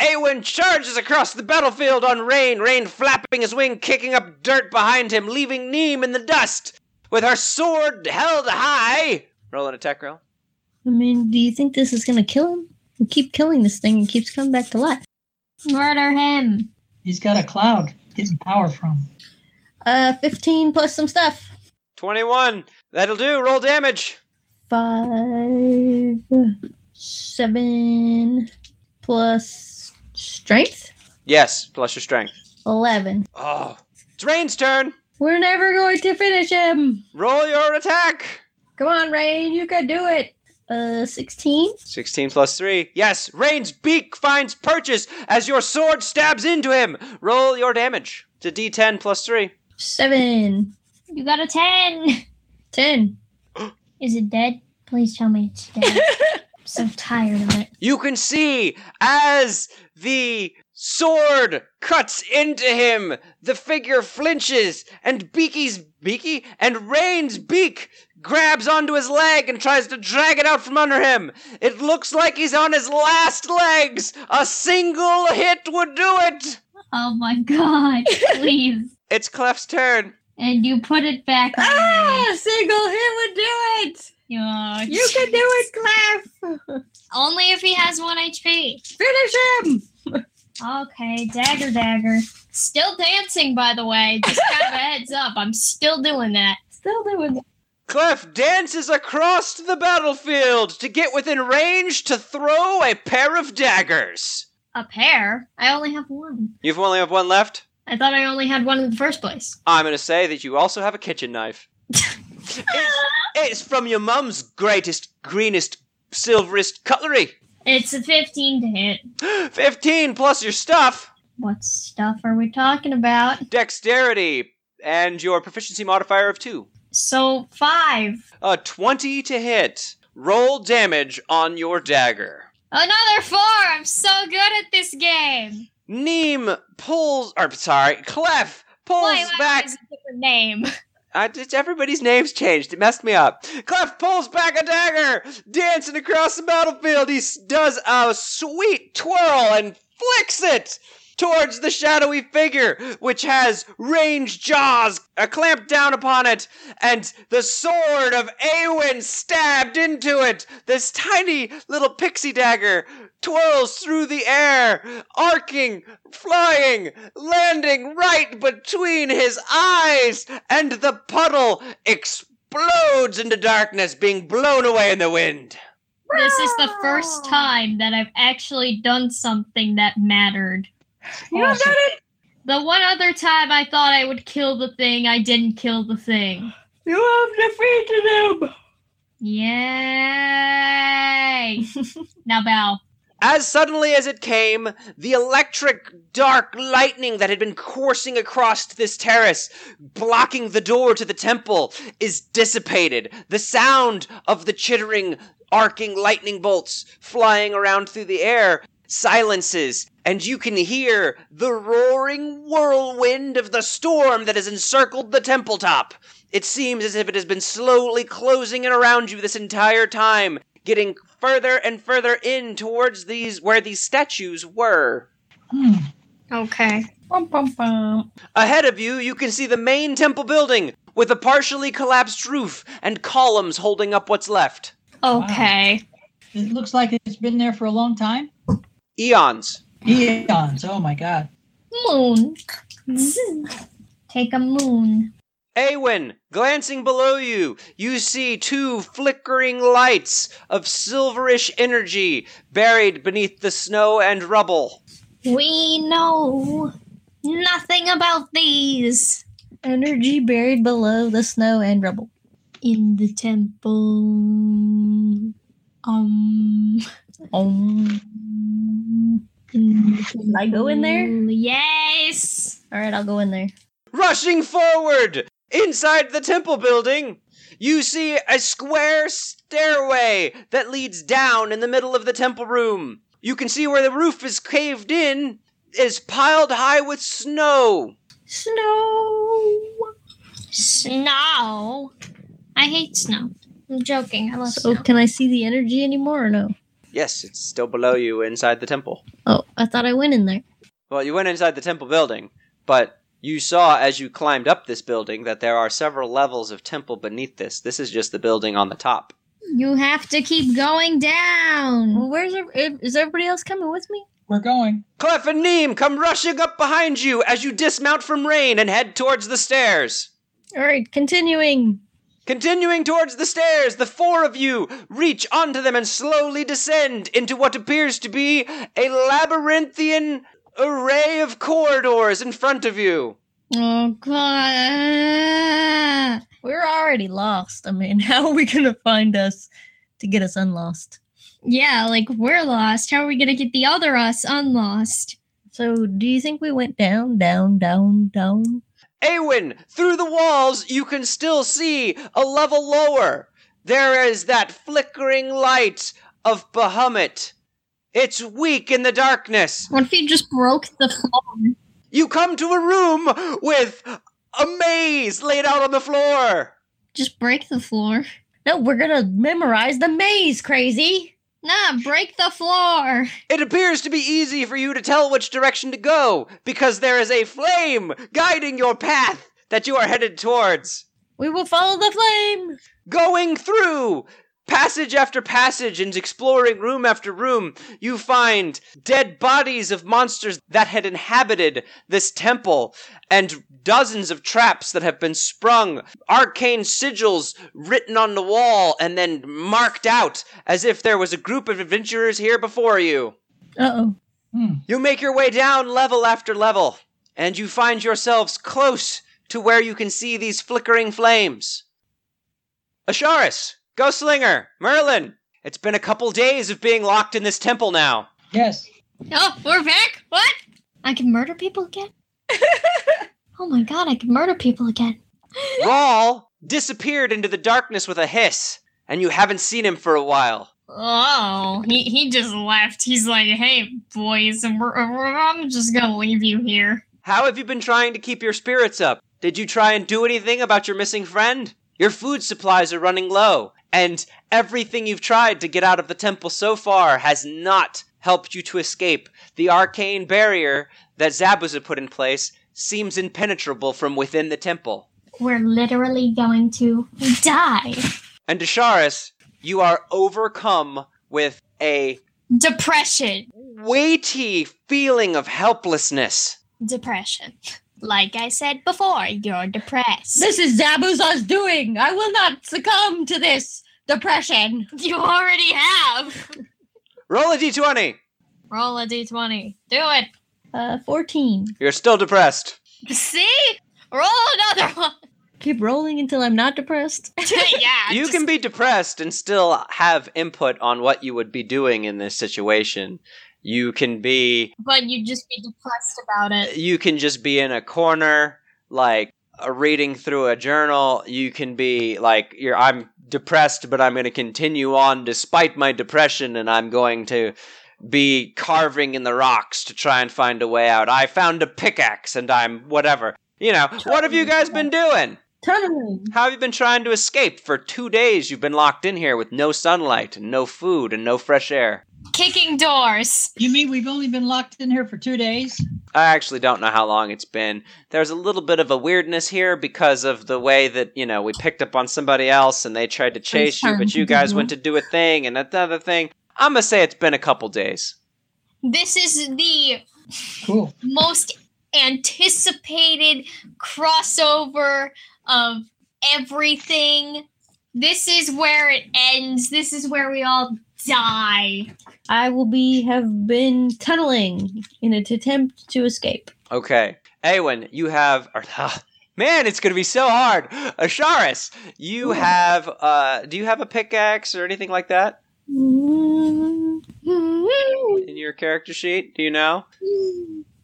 Speaker 1: Awen charges across the battlefield on Rain, Rain flapping his wing, kicking up dirt behind him, leaving Neem in the dust. With her sword held high. Roll an attack roll.
Speaker 2: I mean, do you think this is gonna kill him? We keep killing this thing and keeps coming back to life.
Speaker 3: Murder him.
Speaker 4: He's got a cloud getting power from.
Speaker 2: Uh, fifteen plus some stuff.
Speaker 1: 21. That'll do. Roll damage.
Speaker 2: Five, seven plus strength.
Speaker 1: Yes, plus your strength.
Speaker 2: Eleven.
Speaker 1: Oh. It's Rain's turn.
Speaker 2: We're never going to finish him.
Speaker 1: Roll your attack.
Speaker 2: Come on, Rain, you can do it. Uh, sixteen.
Speaker 1: 16 plus 3. Yes, Rain's beak finds purchase as your sword stabs into him. Roll your damage. To d10 plus 3.
Speaker 2: Seven.
Speaker 3: You got a 10.
Speaker 2: Ten. *laughs*
Speaker 3: Is it dead? Please tell me it's dead. so tired of it.
Speaker 1: You can see as the sword cuts into him, the figure flinches, and Beaky's Beaky and Rain's beak grabs onto his leg and tries to drag it out from under him. It looks like he's on his last legs. A single hit would do it.
Speaker 3: Oh my god, please.
Speaker 1: It's Clef's turn.
Speaker 3: and you put it back on
Speaker 2: Ah!
Speaker 3: me.
Speaker 2: single hit would do it.
Speaker 3: Oh,
Speaker 2: can do it, Clef.
Speaker 3: Only if he has one HP.
Speaker 2: Finish him.
Speaker 3: Okay, dagger, dagger. Still dancing, by the way. Just kind of a heads up. I'm still doing that.
Speaker 2: Still doing.
Speaker 1: Clef dances across the battlefield to get within range to throw a pair of daggers.
Speaker 3: A pair. I only have one.
Speaker 1: You've only have one left.
Speaker 3: I thought I only had one in the first place.
Speaker 1: I'm going to say that you also have a kitchen knife. it's, it's from your mum's greatest, greenest, silverest cutlery. *gasps*
Speaker 3: It's a 15 to hit.
Speaker 1: 15 plus your stuff,
Speaker 3: What stuff are we talking about?
Speaker 1: dexterity, and your proficiency modifier of 2.
Speaker 3: So, five.
Speaker 1: A 20 to hit. Roll damage on your dagger.
Speaker 3: Another four. I'm so good at this game.
Speaker 1: Neem pulls, or sorry, Clef pulls
Speaker 3: Why, why
Speaker 1: back.
Speaker 3: is it a different name?
Speaker 1: I just, everybody's names changed. It messed me up. Clef pulls back a dagger, dancing across the battlefield. He s- does a sweet twirl and flicks it towards the shadowy figure, which has ranged jaws uh, clamped down upon it, and the sword of Awen stabbed into it. This tiny little pixie dagger twirls through the air, arcing, flying, landing right between his eyes, and the puddle explodes into darkness, being blown away in the wind.
Speaker 3: This is the first time that I've actually done something that mattered.
Speaker 2: You done
Speaker 4: Awesome.
Speaker 2: it.
Speaker 3: The one other time I thought I would kill the thing, I didn't kill the thing.
Speaker 5: You have defeated him.
Speaker 1: *laughs*
Speaker 3: Yay! now bow.
Speaker 1: As suddenly as it came, the electric dark lightning that had been coursing across this terrace, blocking the door to the temple, is dissipated. The sound of the chittering, arcing lightning bolts flying around through the air silences, and you can hear the roaring whirlwind of the storm that has encircled the temple top. It seems as if it has been slowly closing in around you this entire time, getting further and further in towards these where these statues were.
Speaker 4: Hmm.
Speaker 3: Okay.
Speaker 2: Bum, bum, bum.
Speaker 1: Ahead of you, you can see the main temple building with a partially collapsed roof and columns holding up what's left.
Speaker 3: Okay.
Speaker 4: It looks like it's been there for a long time.
Speaker 1: Eons.
Speaker 4: Eons. Oh my God.
Speaker 3: Moon. Take a moon.
Speaker 1: Awen, glancing below you, you see two flickering lights of silverish energy buried beneath the snow and rubble.
Speaker 3: We know nothing about these.
Speaker 2: Energy buried below the snow and rubble.
Speaker 3: In the temple. Um.
Speaker 2: Um,
Speaker 3: Can
Speaker 2: I go in there?
Speaker 3: Yes.
Speaker 2: all right, I'll go in there.
Speaker 1: Rushing forward! Inside the temple building, you see a square stairway that leads down in the middle of the temple room. You can see where the roof is caved in, is piled high with snow.
Speaker 2: Snow.
Speaker 3: Snow. I hate snow. I'm joking. I love
Speaker 2: So,
Speaker 3: snow.
Speaker 2: can I see the energy anymore or no?
Speaker 1: Yes, it's still below you inside the temple.
Speaker 2: Oh, I thought I went in there.
Speaker 1: Well, you went inside the temple building, but you saw as you climbed up this building that there are several levels of temple beneath this. This is just the building on the top.
Speaker 3: You have to keep going down.
Speaker 2: Well, where's ev- ev- is everybody else coming with me?
Speaker 4: We're going.
Speaker 1: Clef and Neem come rushing up behind you as you dismount from rain and head towards the stairs.
Speaker 2: All right, continuing.
Speaker 1: Continuing towards the stairs, the four of you reach onto them and slowly descend into what appears to be a labyrinthian array of corridors in front of you.
Speaker 2: Oh god. We're already lost. I mean, how are we going to find us to get us unlost?
Speaker 3: Yeah, like we're lost. How are we gonna get the other us unlost?
Speaker 2: So, do you think we went down, down, down, down?
Speaker 1: Awen, through the walls, you can still see a level lower. There is that flickering light of Bahamut. It's weak in the darkness.
Speaker 2: What if you just broke the floor?
Speaker 1: You come to a room with a maze laid out on the floor.
Speaker 2: Just break the floor. No, we're gonna memorize the maze, crazy.
Speaker 3: Nah, break the floor.
Speaker 1: It appears to be easy for you to tell which direction to go because there is a flame guiding your path that you are headed towards.
Speaker 2: We will follow the flame.
Speaker 1: going through passage after passage and exploring room after room, you find dead bodies of monsters that had inhabited this temple and dozens of traps that have been sprung, arcane sigils written on the wall and then marked out as if there was a group of adventurers here before you.
Speaker 2: Uh oh.
Speaker 4: Hmm.
Speaker 1: You make your way down level after level, and you find yourselves close to where you can see these flickering flames. Asharis, Ghostslinger, Merlin, it's been a couple days of being locked in this temple now.
Speaker 4: Yes.
Speaker 3: Oh, we're back? What? I can murder people
Speaker 2: *laughs*
Speaker 3: again? oh my god, I can murder people again.
Speaker 1: Rawl disappeared into the darkness with a hiss, and you haven't seen him for a while.
Speaker 3: Oh, he, he just left. He's like, hey, boys, and we're, we're- I'm just gonna leave you here.
Speaker 1: How have you been trying to keep your spirits up? Did you try and do anything about your missing friend? Your food supplies are running low, and everything you've tried to get out of the temple so far has not helped you to escape. The arcane barrier that Zabuza put in place seems impenetrable from within the temple.
Speaker 3: We're literally going to die.
Speaker 1: And Desharis, you are overcome with a
Speaker 3: Depression.
Speaker 1: weighty feeling of helplessness.
Speaker 3: Depression. Like I said before, you're depressed.
Speaker 2: This is Zabuza's doing. I will not succumb to this depression.
Speaker 3: you already have.
Speaker 1: Roll a d20.
Speaker 3: Roll a d20. Do it.
Speaker 2: Uh, 14.
Speaker 1: You're still depressed.
Speaker 3: See? Roll another one. *laughs*
Speaker 2: Keep rolling until I'm not depressed.
Speaker 3: yeah.
Speaker 1: you
Speaker 3: just-
Speaker 1: can be depressed and still have input on what you would be doing in this situation. You can be
Speaker 3: But you'd just be depressed about it.
Speaker 1: you can just be in a corner like uh, reading through a journal. You can be like you're I'm depressed but I'm going to continue on despite my depression and I'm going to be carving in the rocks to try and find a way out. I found a pickaxe and I'm whatever. You know, what have you guys been doing?
Speaker 2: Tunneling.
Speaker 1: How have you been trying to escape? For two days, you've been locked in here with no sunlight, and no food, and no fresh air.
Speaker 3: Kicking doors.
Speaker 4: You mean we've only been locked in here for two days?
Speaker 1: I actually don't know how long it's been. There's a little bit of a weirdness here because of the way that, you know, we picked up on somebody else and they tried to chase you, but you guys went to do a thing and another thing. I'm going to say it's been a couple days.
Speaker 3: This is the
Speaker 4: Cool.
Speaker 3: most anticipated crossover of everything. This is where it ends. This is where we all die.
Speaker 2: I will be have been tunneling in an attempt to escape.
Speaker 1: Okay. Awen, you have. Or, *laughs* man, it's going to be so hard. Asharis, you have. Uh, do you have a pickaxe or anything like that in your character sheet? Do you know?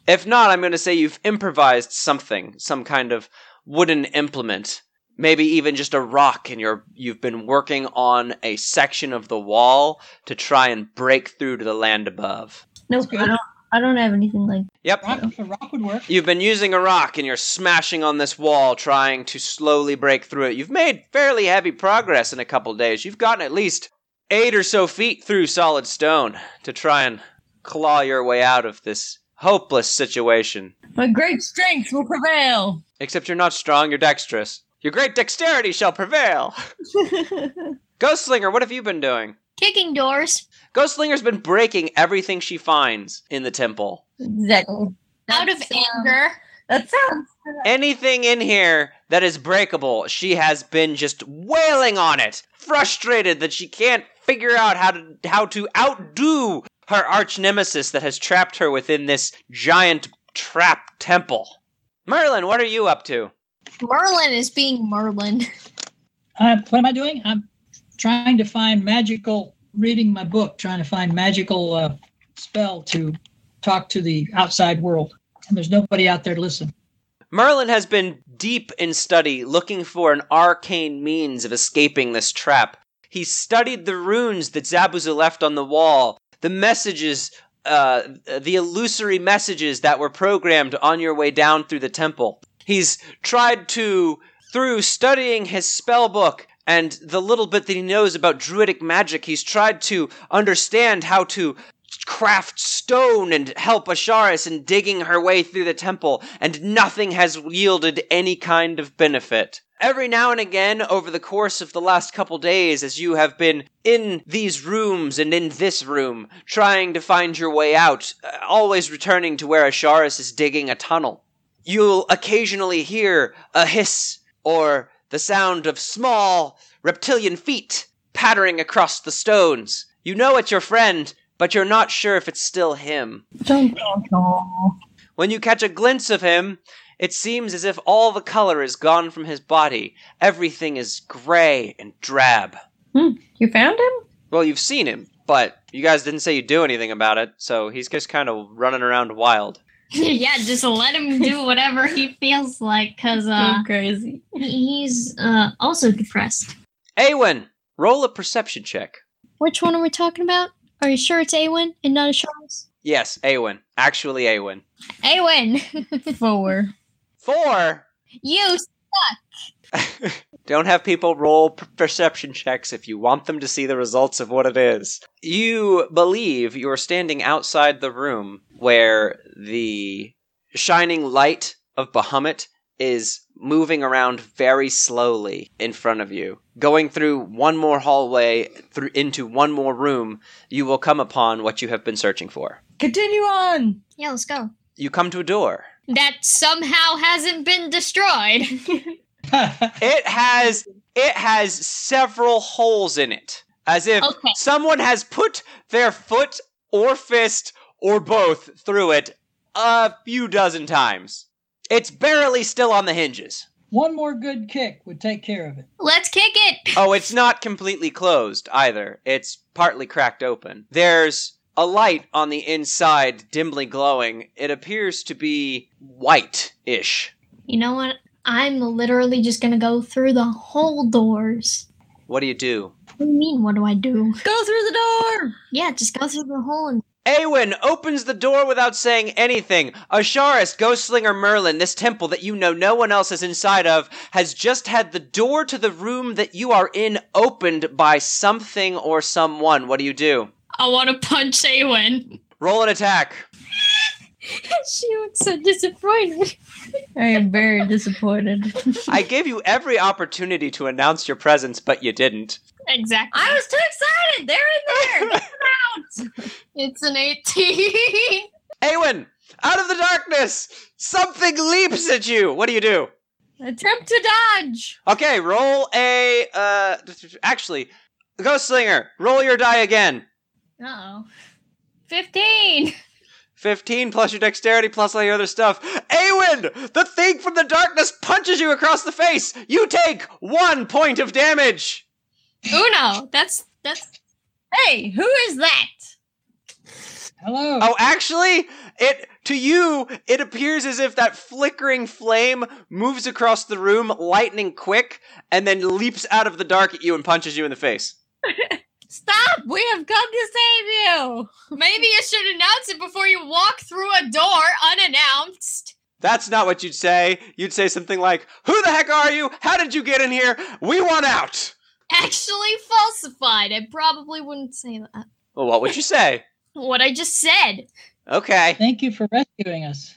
Speaker 1: If not, I'm going to say you've improvised something, some kind of wooden implement, maybe even just a rock, and you're you've been working on a section of the wall to try and break through to the land above.
Speaker 2: Nope, I don't. I don't have anything like.
Speaker 1: Yep.
Speaker 4: Rock, a rock would work.
Speaker 1: You've been using a rock and you're smashing on this wall trying to slowly break through it. You've made fairly heavy progress in a couple days. You've gotten at least 8 or so feet through solid stone to try and claw your way out of this hopeless situation.
Speaker 2: My great strength will prevail.
Speaker 1: Except you're not strong, you're dexterous. Your great dexterity shall prevail. Ghostslinger, what have you been doing?
Speaker 3: Kicking doors.
Speaker 1: Ghostslinger's been breaking everything she finds in the temple.
Speaker 2: exactly.
Speaker 3: out of
Speaker 2: That's, um,
Speaker 3: anger.
Speaker 2: That sounds.
Speaker 1: Anything in here that is breakable, she has been just wailing on it, frustrated that she can't figure out how to how to outdo her arch nemesis that has trapped her within this giant trap temple. Merlin, what are you up to?
Speaker 3: Merlin is
Speaker 2: *laughs*
Speaker 3: being Merlin.
Speaker 4: Uh, what am I doing? I'm trying to find magical, reading my book, trying to find magical uh, spell to talk to the outside world. And there's nobody out there to listen. *laughs*
Speaker 1: Merlin has been deep in study looking for an arcane means of escaping this trap. He studied the runes that Zabuza left on the wall, the messages, uh, the illusory messages that were programmed on your way down through the temple. He's tried to, through studying his spell book and the little bit that he knows about druidic magic, he's tried to understand how to craft stone and help Asharis in digging her way through the temple, and nothing has yielded any kind of benefit. Every now and again, over the course of the last couple days, as you have been in these rooms and in this room, trying to find your way out, uh, always returning to where Asharis is digging a tunnel, you'll occasionally hear a hiss or the sound of small reptilian feet pattering across the stones. You know it's your friend, but you're not sure if it's still him.
Speaker 2: Dun, dun, dun.
Speaker 1: When you catch a glimpse of him, it seems as if all the color is gone from his body. Everything is gray and drab.
Speaker 2: You found him?
Speaker 1: Well, you've seen him, but you guys didn't say you do anything about it, so he's just kind of running around wild.
Speaker 3: yeah, just let him do whatever he feels like, cause uh,
Speaker 2: Going crazy.
Speaker 3: he's uh also depressed.
Speaker 1: Awen, roll a perception check.
Speaker 3: Which one are we talking about? Are you sure it's Awen and not Asharis?
Speaker 1: Yes, Awen. Actually, Awen.
Speaker 3: Awen,
Speaker 2: Four.
Speaker 1: Four.
Speaker 3: *laughs* you
Speaker 1: Don't have people roll per- perception checks if you want them to see the results of what it is. You believe you're standing outside the room where the shining light of Bahamut is moving around very slowly in front of you. Going through one more hallway through into one more room, you will come upon what you have been searching for.
Speaker 2: Continue on.
Speaker 3: Yeah, let's go.
Speaker 1: You come to a door.
Speaker 3: That somehow hasn't been *laughs* destroyed.
Speaker 1: It has it has several holes in it, as if
Speaker 3: Okay.
Speaker 1: someone has put their foot or fist or both through it a few dozen times. It's barely still on the hinges.
Speaker 4: One more good kick would take care of it.
Speaker 3: Let's kick it.
Speaker 1: Oh, it's not completely closed either. It's partly cracked open. There's a light on the inside dimly glowing. It appears to be white-ish.
Speaker 3: You know what? I'm literally just gonna go through the whole doors.
Speaker 1: What do you do?
Speaker 3: What do you mean? What do I do?
Speaker 2: Go through the door.
Speaker 3: Yeah, just go through the hole and
Speaker 1: Awen opens the door without saying anything. Asharis, Ghostslinger Merlin, this temple that you know no one else is inside of, has just had the door to the room that you are in opened by something or someone. What do you do?
Speaker 3: I want to punch Awen.
Speaker 1: Roll an attack.
Speaker 3: *laughs* she looks so disappointed.
Speaker 2: I am very disappointed.
Speaker 1: I gave you every opportunity to announce your presence, but you didn't.
Speaker 3: Exactly.
Speaker 2: I was too excited. They're in there.
Speaker 3: It's an 18. *laughs*
Speaker 1: Awen, out of the darkness, something leaps at you. What do you do?
Speaker 2: *laughs* Attempt to dodge.
Speaker 1: Okay, roll a. Uh, actually, Ghostslinger, roll your die again.
Speaker 3: Uh oh. 15.
Speaker 1: 15 plus your dexterity plus all your other stuff. Awen! The thing from the darkness punches you across the face! You take one point of damage!
Speaker 3: Uno. That's, that's,
Speaker 2: Hey, who is that?
Speaker 4: Hello.
Speaker 1: Oh, actually, it to you, it appears as if that flickering flame moves across the room lightning quick and then leaps out of the dark at you and punches you in the face.
Speaker 2: Stop. We have come to save
Speaker 3: *laughs*
Speaker 2: you.
Speaker 3: maybe you should announce it before you walk through a door unannounced.
Speaker 1: That's not what you'd say. You'd say something like, Who the heck are you? How did you get in here? We want out!
Speaker 3: Actually falsified. I probably wouldn't say that.
Speaker 1: Well, what would you say?
Speaker 3: What I just said.
Speaker 1: Okay.
Speaker 4: Thank you for rescuing us.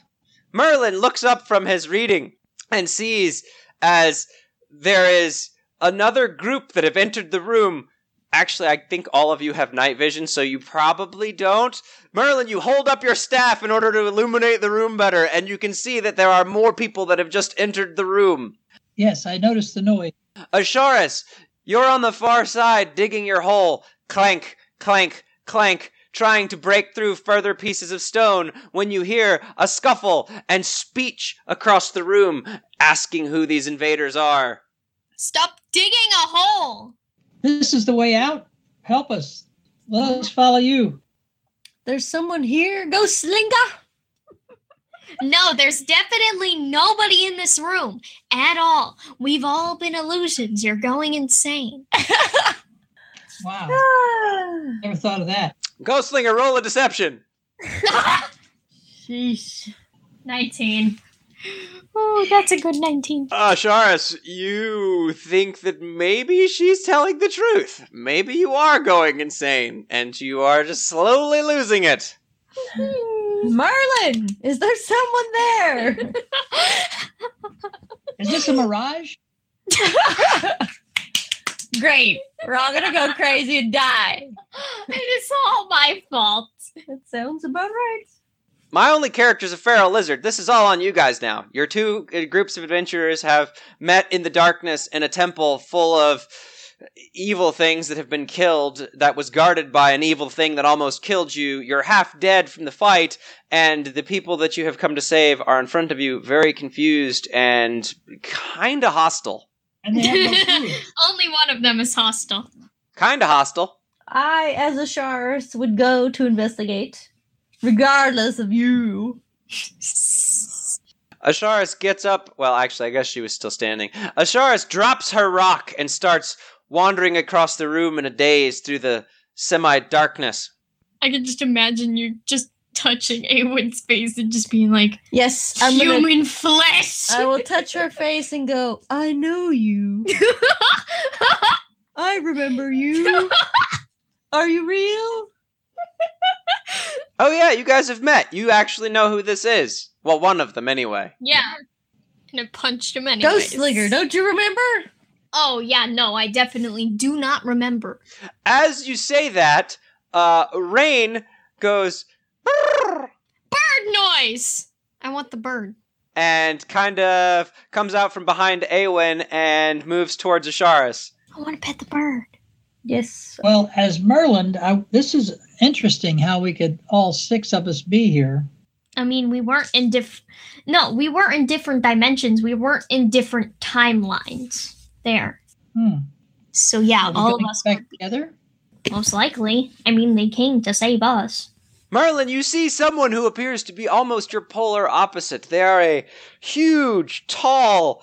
Speaker 1: Merlin looks up from his reading and sees as there is another group that have entered the room. Actually, I think all of you have night vision, so you probably don't. Merlin, you hold up your staff in order to illuminate the room better, and you can see that there are more people that have just entered the room.
Speaker 4: Yes, I noticed the noise.
Speaker 1: Asharis, you're on the far side digging your hole. Clank, clank, clank, trying to break through further pieces of stone when you hear a scuffle and speech across the room asking who these invaders are.
Speaker 3: Stop digging a hole.
Speaker 4: This is the way out. Help us. Let us follow you.
Speaker 2: There's someone here. Go slinga.
Speaker 3: No, there's definitely nobody in this room *laughs* at all. We've all been illusions. You're going insane.
Speaker 4: Wow.
Speaker 2: Ah.
Speaker 4: Never thought of that.
Speaker 1: Ghostlinger, roll a deception.
Speaker 2: Sheesh.
Speaker 3: 19. Oh, that's a good *gasps* 19.
Speaker 1: Ah, Sharis, you think that maybe she's telling the truth. Maybe you are going insane, and you are just slowly losing it.
Speaker 2: Merlin, is there someone there? *laughs*
Speaker 4: Is this a mirage?
Speaker 2: Great. We're all gonna go crazy and die.
Speaker 3: it is all my fault.
Speaker 2: That sounds about right.
Speaker 1: My only character's a feral lizard. This is all on you guys now. Your two uh, groups of adventurers have met in the darkness in a temple full of evil things that have been killed that was guarded by an evil thing that almost killed you. You're half dead from the fight, and the people that you have come to save are in front of you, very confused and kinda hostile.
Speaker 4: And they have no food.
Speaker 3: Only one of them is hostile.
Speaker 1: Kinda hostile.
Speaker 2: I, as a Sharis, would go to investigate, regardless of you.
Speaker 1: Asharis gets up. Well, actually, I guess she was still standing. Asharis drops her rock and starts wandering across the room in a daze through the semi darkness.
Speaker 3: I can just imagine you just touching Awen's face and just being like,
Speaker 2: Yes, I'm
Speaker 3: human
Speaker 2: gonna.
Speaker 3: flesh!
Speaker 2: I will touch her face and go. I know *laughs* you. I remember *laughs* you. Are you real?
Speaker 1: Oh, yeah, you guys have met. You actually know who this is. Well, one of them, anyway.
Speaker 3: yeah. And I punched him anyway.
Speaker 2: Ghostlinger, don't you remember?
Speaker 3: Oh, yeah, no, I definitely do not remember.
Speaker 1: As you say that, uh, Rain goes "Brrr,"
Speaker 3: Bird noise! I want the bird.
Speaker 1: and kind of comes out from behind Awen and moves towards Asharis.
Speaker 3: I want to pet the bird.
Speaker 2: Yes.
Speaker 4: Well, as Merlin, I, this is interesting how we could all six of us be here.
Speaker 3: I mean, we weren't in diff. No, we weren't in different dimensions. We weren't in different timelines. There.
Speaker 4: Hmm.
Speaker 3: So yeah,
Speaker 4: Are we
Speaker 3: all of
Speaker 4: going
Speaker 3: us
Speaker 4: back together.
Speaker 3: most likely. I mean, they came to save us.
Speaker 1: Merlin, you see someone who appears to be almost your polar opposite. They are a huge, tall,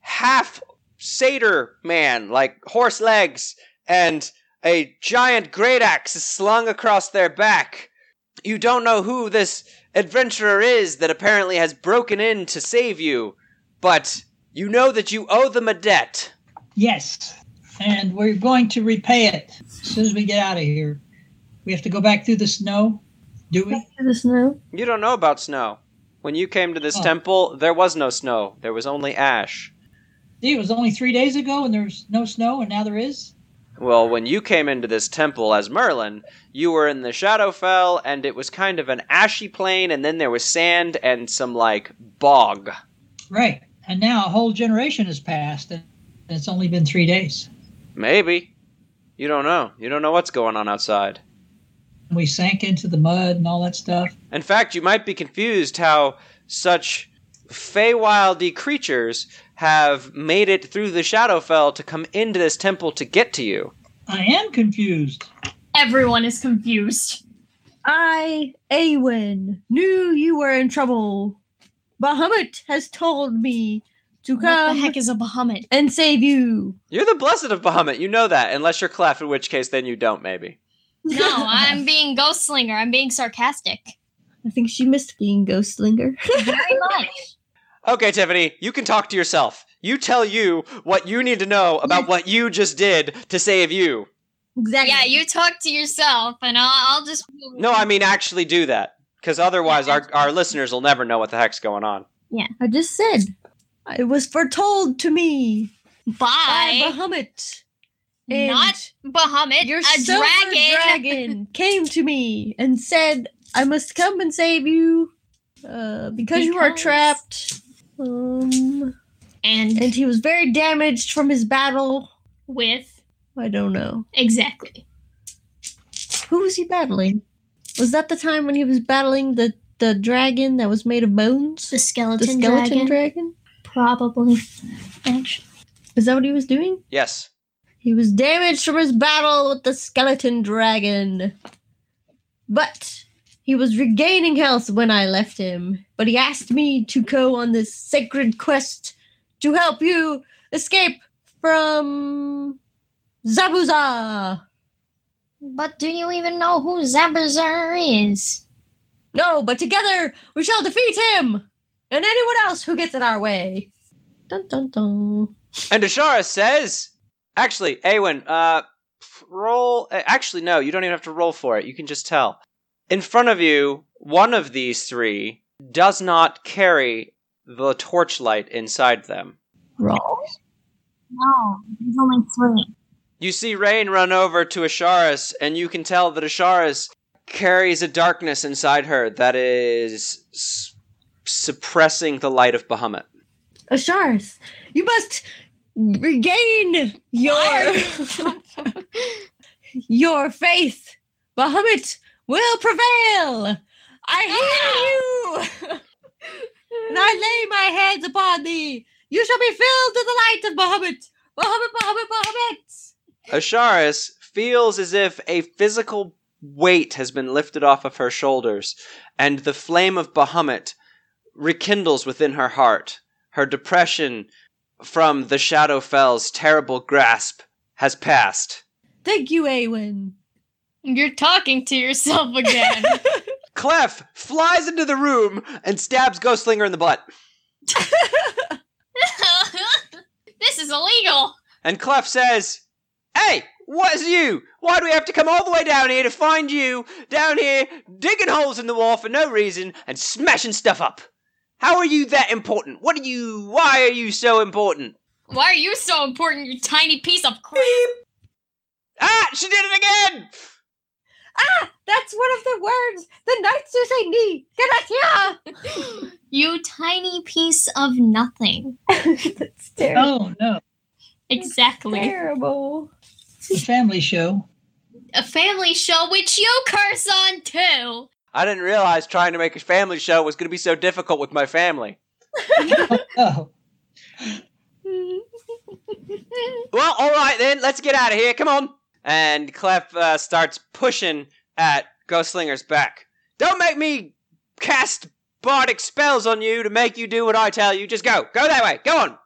Speaker 1: half satyr man, like horse legs, and a giant great axe is slung across their back. You don't know who this adventurer is that apparently has broken in to save you, but you know that you owe them a debt.
Speaker 4: Yes, and we're going to repay it as soon as we get out of here. We have to go back through the snow, do we?
Speaker 2: The snow.
Speaker 1: You don't know about snow. When you came to this
Speaker 4: Oh.
Speaker 1: temple, there was no snow, there was only ash.
Speaker 4: See, it was only three days ago, and there was no snow, and now there is.
Speaker 1: Well, when you came into this temple as Merlin, you were in the Shadowfell, and it was kind of an ashy plain, and then there was sand and some, like, bog.
Speaker 4: Right, and now a whole generation has passed, and it's only been three days.
Speaker 1: Maybe. You don't know. You don't know what's going on outside.
Speaker 4: We sank into the mud and all that stuff.
Speaker 1: In fact, you might be confused how such Feywildy creatures have made it through the Shadowfell to come into this temple to get to you.
Speaker 4: I am confused.
Speaker 3: Everyone is confused.
Speaker 2: I, Awen, knew you were in trouble. Bahamut has told me to
Speaker 3: What
Speaker 2: come
Speaker 3: the heck is a *laughs* Bahamut?
Speaker 2: and save you.
Speaker 1: You're the blessed of Bahamut, you know that, unless you're Clef, in which case then you don't, maybe.
Speaker 2: *laughs*
Speaker 3: No, I'm being Ghostlinger. I'm being sarcastic.
Speaker 2: I think she missed being Ghostlinger. *laughs*
Speaker 3: Very much.
Speaker 1: Okay, Tiffany, you can talk to yourself. You tell you what you need to know about what you just did to save you.
Speaker 2: exactly.
Speaker 3: Yeah, you talk to yourself, and I'll, I'll just.
Speaker 1: No, I mean actually do that, because otherwise our, our listeners will never know what the heck's going on.
Speaker 2: I just said it was foretold to me by
Speaker 3: Bye.
Speaker 2: Bahamut. And
Speaker 3: Not Bahamut.
Speaker 2: your
Speaker 3: a
Speaker 2: silver
Speaker 3: dragon. *laughs*
Speaker 2: dragon came to me and said, "I must come and save you uh, because, you are
Speaker 3: Because-
Speaker 2: trapped." Um,
Speaker 3: And
Speaker 2: and he was very damaged from his battle.
Speaker 3: with.
Speaker 2: I don't know.
Speaker 3: Exactly.
Speaker 2: Who was he battling? Was that the time when he was battling the the dragon that was made of bones?
Speaker 3: The
Speaker 2: The
Speaker 3: skeleton,
Speaker 2: skeleton
Speaker 3: dragon.
Speaker 2: dragon?
Speaker 3: Probably. Actually.
Speaker 2: Is that what he was doing?
Speaker 1: Yes.
Speaker 2: He was damaged from his battle with the skeleton dragon. But he was regaining health when I left him. But he asked me to go on this sacred quest to help you escape from Zabuza.
Speaker 3: But do you even know who Zabazer is?
Speaker 2: No, but together we shall defeat him and anyone else who gets in our way. Dun dun dun.
Speaker 1: And Ashara says, actually, Awen, uh, roll. uh, Actually, no, you don't even have to roll for it. You can just tell. In front of you, one of these three does not carry the torchlight inside them.
Speaker 2: Wrong.
Speaker 3: No, there's only three.
Speaker 1: You see Rain run over to Asharis, and you can tell that Asharis carries a darkness inside her that is s- suppressing the light of Bahamut.
Speaker 2: Asharis, you must regain your *laughs* your faith. Bahamut will prevail. I hear you, and I lay my hands upon thee. You shall be filled with the light of Bahamut. Bahamut, Bahamut, Bahamut.
Speaker 1: Asharis feels as if a physical weight has been lifted off of her shoulders, and the flame of Bahamut rekindles within her heart. Her depression from the Shadowfell's terrible grasp has passed.
Speaker 2: Thank you, Awen.
Speaker 3: You're talking to yourself *laughs* again.
Speaker 1: Clef flies into the room and stabs Ghostlinger in the butt.
Speaker 3: this is illegal.
Speaker 1: And Clef says, Hey, what is you? Why do we have to come all the way down here to find you down here digging holes in the wall for no reason and smashing stuff up? How are you that important? What are you? Why are you so important?
Speaker 3: Why are you so important, you tiny piece of crap?
Speaker 1: Ah, she did it again!
Speaker 2: Ah, that's one of the words. The knights who say knee. Get us here.
Speaker 3: you tiny piece of nothing.
Speaker 2: *laughs* That's terrible.
Speaker 4: Oh no,
Speaker 3: Exactly.
Speaker 2: Terrible.
Speaker 4: the family show.
Speaker 3: A family show which you curse on too.
Speaker 1: I didn't realize trying to make a family show was going to be so difficult with my family.
Speaker 4: Oh,
Speaker 2: Hmm.
Speaker 1: Well, all right then, let's get out of here. Come on. And Clef uh, starts pushing at Ghostlinger's back. Don't make me cast bardic spells on you to make you do what I tell you. Just go. Go that way. Go on.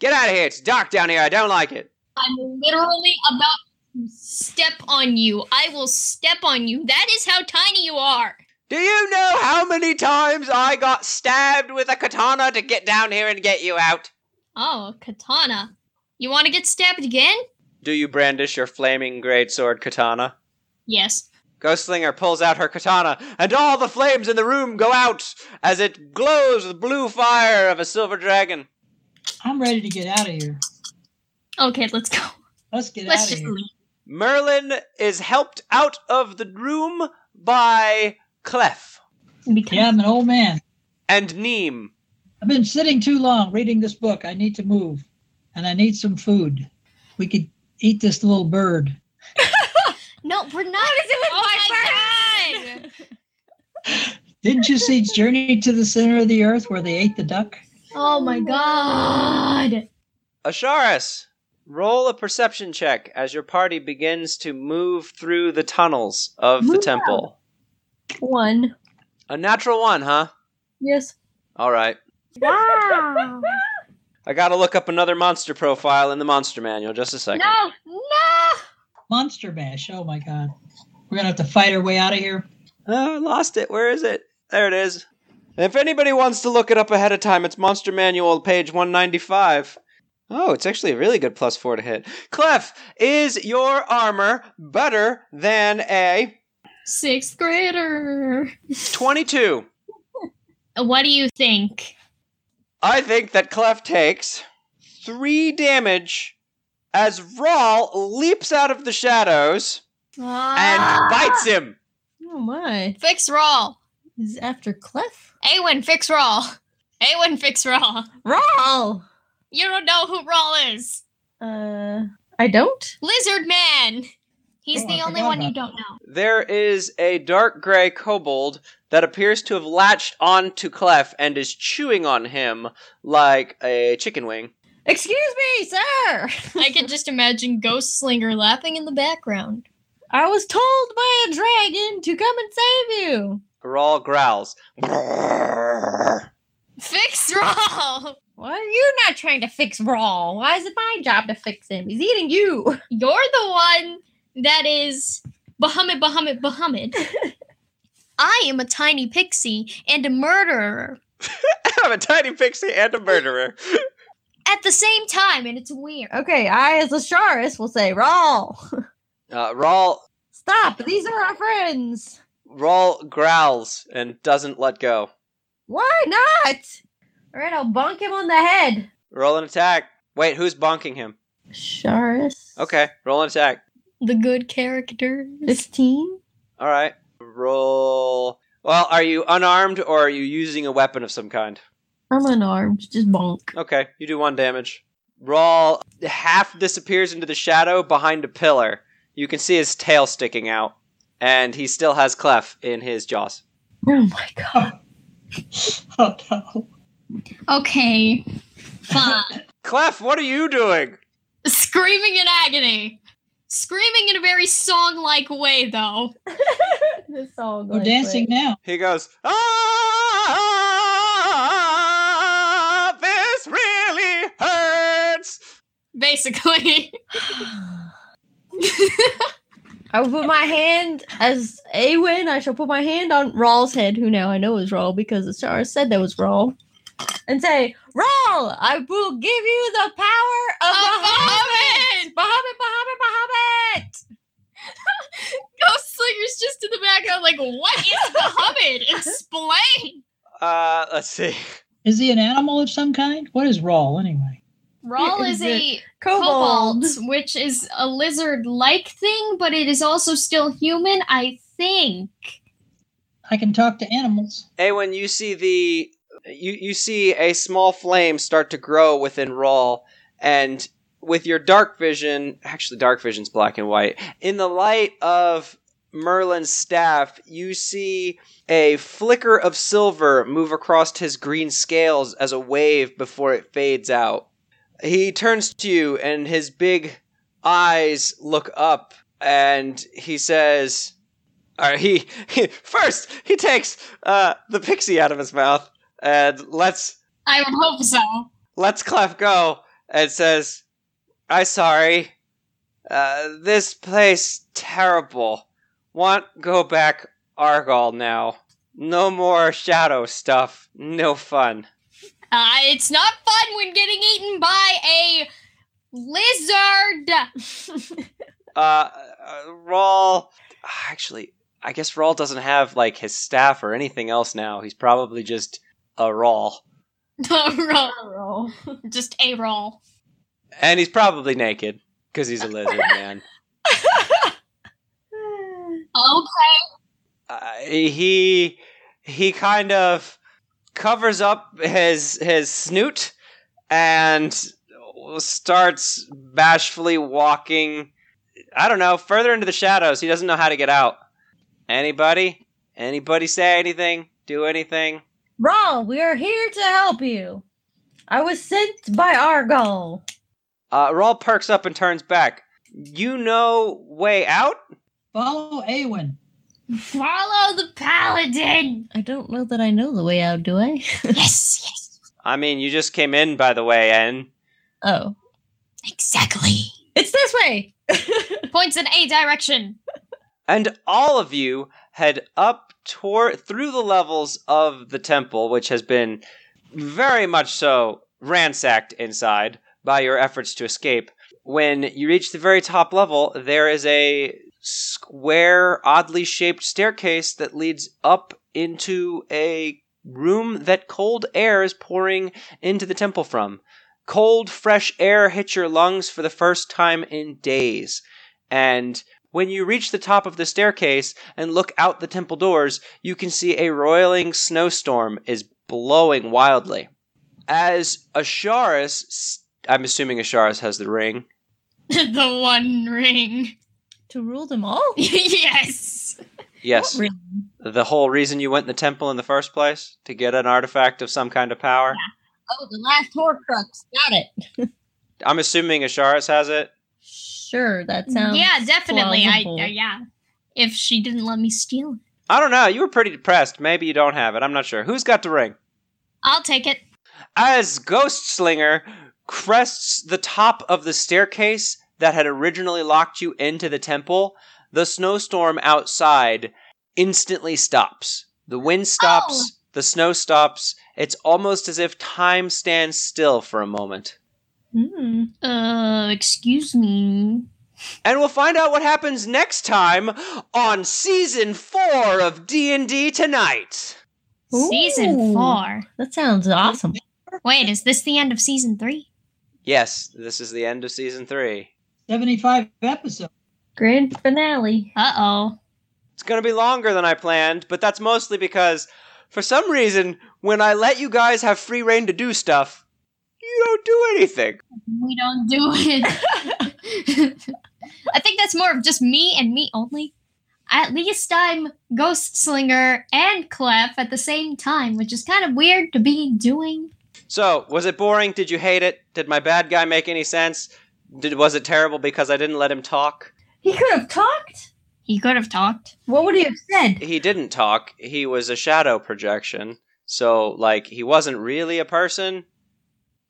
Speaker 1: Get out of here. It's dark down here. I don't like it.
Speaker 3: I'm literally about to step on you. I will step on you. That is how tiny you are.
Speaker 1: Do you know how many times I got stabbed with a katana to get down here and get you out?
Speaker 3: Oh, katana. You want to get stabbed again?
Speaker 1: Do you brandish your flaming greatsword katana?
Speaker 3: Yes.
Speaker 1: Ghostlinger pulls out her katana, and all the flames in the room go out as it glows with blue fire of a silver dragon.
Speaker 4: I'm ready to get out of here.
Speaker 3: Okay, let's go.
Speaker 4: Let's get
Speaker 3: Let's
Speaker 4: out of
Speaker 3: just
Speaker 4: here.
Speaker 3: leave.
Speaker 1: Merlin is helped out of the room by Clef
Speaker 3: Because
Speaker 4: Yeah, I'm an old man.
Speaker 1: and Neem.
Speaker 4: I've been sitting too long reading this book. I need to move, and I need some food. We could eat this little bird.
Speaker 3: No, we're not.
Speaker 2: What is it with
Speaker 3: oh
Speaker 2: my
Speaker 3: my god!
Speaker 4: Didn't you see Journey to the Center of the Earth where they ate the duck?
Speaker 3: Oh my god!
Speaker 1: Asharis, roll a perception check as your party begins to move through the tunnels of the
Speaker 2: Move
Speaker 1: temple.
Speaker 2: One.
Speaker 1: A natural one, huh?
Speaker 2: Yes.
Speaker 1: All right.
Speaker 3: Wow!
Speaker 1: I gotta look up another monster profile in the monster manual. Just a second.
Speaker 3: no, no!
Speaker 4: Monster Mash. Oh my God. We're going to have to fight our way out of here. *laughs*
Speaker 1: Oh, I lost it. Where is it? There it is. If anybody wants to look it up ahead of time, it's Monster Manual, page 195. Oh, it's actually a really good plus four to hit. Clef, is your armor better than a
Speaker 3: Sixth grader.
Speaker 1: 22?
Speaker 3: What do you think?
Speaker 1: I think that Clef takes three damage as Rawl leaps out of the shadows and
Speaker 3: Ah!
Speaker 1: bites him.
Speaker 2: Oh my.
Speaker 3: Fix roll.
Speaker 2: This is after Clef.
Speaker 3: Awen, fix roll. Awen, fix roll.
Speaker 2: Rawl.
Speaker 3: You don't know who roll is.
Speaker 2: Uh, I don't.
Speaker 3: Lizard man. He's
Speaker 4: Oh,
Speaker 3: the
Speaker 4: I
Speaker 3: only
Speaker 4: forgot
Speaker 3: one you
Speaker 4: about
Speaker 3: don't know.
Speaker 1: There is a dark gray kobold that appears to have latched onto Clef and is chewing on him like a chicken wing.
Speaker 2: Excuse me, sir.
Speaker 3: *laughs* I can just imagine Ghost Slinger laughing in the background.
Speaker 2: I was told by a dragon to come and save you.
Speaker 1: Rawl growls. *laughs* "Brrr."
Speaker 3: Fix roll.
Speaker 2: Why are you not trying to fix Rawl? Why is it my job to fix him? He's eating you.
Speaker 3: You're the one that is Bahamut, Bahamut, Bahamut. *laughs* I am a tiny pixie and a murderer
Speaker 1: I'm a tiny pixie and a murderer.
Speaker 3: at the same time, and it's weird.
Speaker 2: *laughs* Okay, I as Lasharis will say, Rawl,
Speaker 1: Uh, Rawl
Speaker 2: stop. These are our friends.
Speaker 1: Rawl growls and doesn't let go.
Speaker 2: Why not? All right, I'll bonk him on the head.
Speaker 1: Roll an attack. Wait, who's bonking him?
Speaker 2: Sharis.
Speaker 1: Okay, roll an attack.
Speaker 3: The good characters.
Speaker 2: 15?
Speaker 1: All right, roll. Well, are you unarmed or are you using a weapon of some kind?
Speaker 2: I'm unarmed. Just bonk.
Speaker 1: Okay, you do one damage. Rawl half disappears into the shadow behind a pillar. You can see his tail sticking out, and he still has Clef in his jaws.
Speaker 2: Oh my god.
Speaker 4: Oh, no.
Speaker 3: Okay. Fine.
Speaker 1: Clef, what are you doing?
Speaker 3: Screaming in agony. Screaming in a very song like way, though.
Speaker 2: *laughs* This song.
Speaker 4: We're dancing now.
Speaker 1: He goes, Ah, this really hurts.
Speaker 3: Basically. *laughs*
Speaker 2: I will put my hand as Awen. I shall put my hand on Rawl's head, who now I know is Rawl because the stars said that was Rawl, and say, Rawl, I will give you the power of Bahamut! Bahamut, Bahamut, Bahamut!
Speaker 3: Ghost Slinger's just in the background, like, what is *laughs* Bahamut? Explain.
Speaker 1: Uh, let's see.
Speaker 4: Is he an animal of some kind? What is Rawl anyway?
Speaker 3: Rawl is
Speaker 2: Is
Speaker 3: a
Speaker 2: Kobold.
Speaker 3: cobalt, which is a lizard like thing, but it is also still human, I think.
Speaker 4: I can talk to animals.
Speaker 1: Awen, you see the you you see a small flame start to grow within Rawl, and with your dark vision, actually dark vision's black and white. In the light of Merlin's staff, you see a flicker of silver move across his green scales as a wave before it fades out. He turns to you and his big eyes look up and he says, or he, *laughs* he first he takes uh, the pixie out of his mouth and lets
Speaker 3: I would hope so.
Speaker 1: lets Clef go and says, "I sorry, uh, this place terrible. Want go back Argall now? No more shadow stuff. No fun."
Speaker 3: Uh, it's not fun when getting eaten by a *laughs* lizard.
Speaker 1: Uh, uh Rawl. Actually, I guess Rawl doesn't have like his staff or anything else now. He's probably just a Rawl.
Speaker 3: The roll. Just a roll.
Speaker 1: And he's probably naked because he's a lizard man.
Speaker 3: Okay.
Speaker 1: Uh, he he kind of covers up his his snoot and starts bashfully walking. I don't know, further into the shadows. He doesn't know how to get out. Anybody? Anybody say anything? Do anything?
Speaker 2: *sighs* Rawl, we are here to help you. I was sent by Argol.
Speaker 1: Uh, Rawl perks up and turns back. You know way out?
Speaker 4: Follow Awen.
Speaker 3: Follow the paladin.
Speaker 2: I don't know that I know the way out, do I? *laughs*
Speaker 3: yes, yes.
Speaker 1: I mean, you just came in, by the way, and
Speaker 2: oh.
Speaker 3: Exactly.
Speaker 2: It's this way!
Speaker 3: *laughs* Points in a direction. *laughs*
Speaker 1: and all of you head up toward through the levels of the temple, which has been very much so ransacked inside by your efforts to escape. When you reach the very top level, there is a square, oddly shaped staircase that leads up into a room that cold air is pouring into the temple from. Cold, fresh air hits your lungs for the first time in days. And when you reach the top of the staircase and look out the temple doors, you can see a roiling snowstorm is blowing wildly. As Asharis, s- I'm assuming Asharis has the ring.
Speaker 3: the one ring. *laughs*
Speaker 2: to rule them all?
Speaker 3: yes.
Speaker 1: Yes,
Speaker 2: What ring?
Speaker 1: the whole reason you went in the temple in the first place to get an artifact of some kind of power.
Speaker 2: Oh, the last Horcrux. Got it.
Speaker 1: I'm assuming Asharis has it.
Speaker 2: Sure, that sounds.
Speaker 3: yeah, definitely. I,
Speaker 2: plausible.
Speaker 3: I yeah. If she didn't let me steal it,
Speaker 1: I don't know. You were pretty depressed. Maybe you don't have it. I'm not sure. Who's got the ring?
Speaker 3: I'll take it.
Speaker 1: as Ghost Slinger crests the top of the staircase that had originally locked you into the temple, The snowstorm outside instantly stops. The wind stops, the snow stops. It's almost as if time stands still for a moment.
Speaker 2: Hmm.
Speaker 3: Uh, excuse me.
Speaker 1: And we'll find out what happens next time on season 4 of D&D tonight.
Speaker 3: Season
Speaker 2: Ooh.
Speaker 3: four.
Speaker 2: That sounds awesome.
Speaker 3: Wait, is this the end of season three?
Speaker 1: Yes, this is the end of season 3.
Speaker 4: 75 episodes.
Speaker 2: Grand finale.
Speaker 3: Uh oh.
Speaker 1: It's going to be longer than I planned, but that's mostly because for some reason when I let you guys have free reign to do stuff, you don't do anything.
Speaker 3: We don't do it. I think that's more of just me and me only. At least I'm Ghost Slinger and Clef at the same time, which is kind of weird to be doing.
Speaker 1: So, was it boring? Did you hate it? Did my bad guy make any sense? Did, was it terrible because I didn't let him talk?
Speaker 2: He could have talked.
Speaker 3: He could have talked.
Speaker 2: What would he have said?
Speaker 1: He didn't talk. He was a shadow projection. So, like, he wasn't really a person,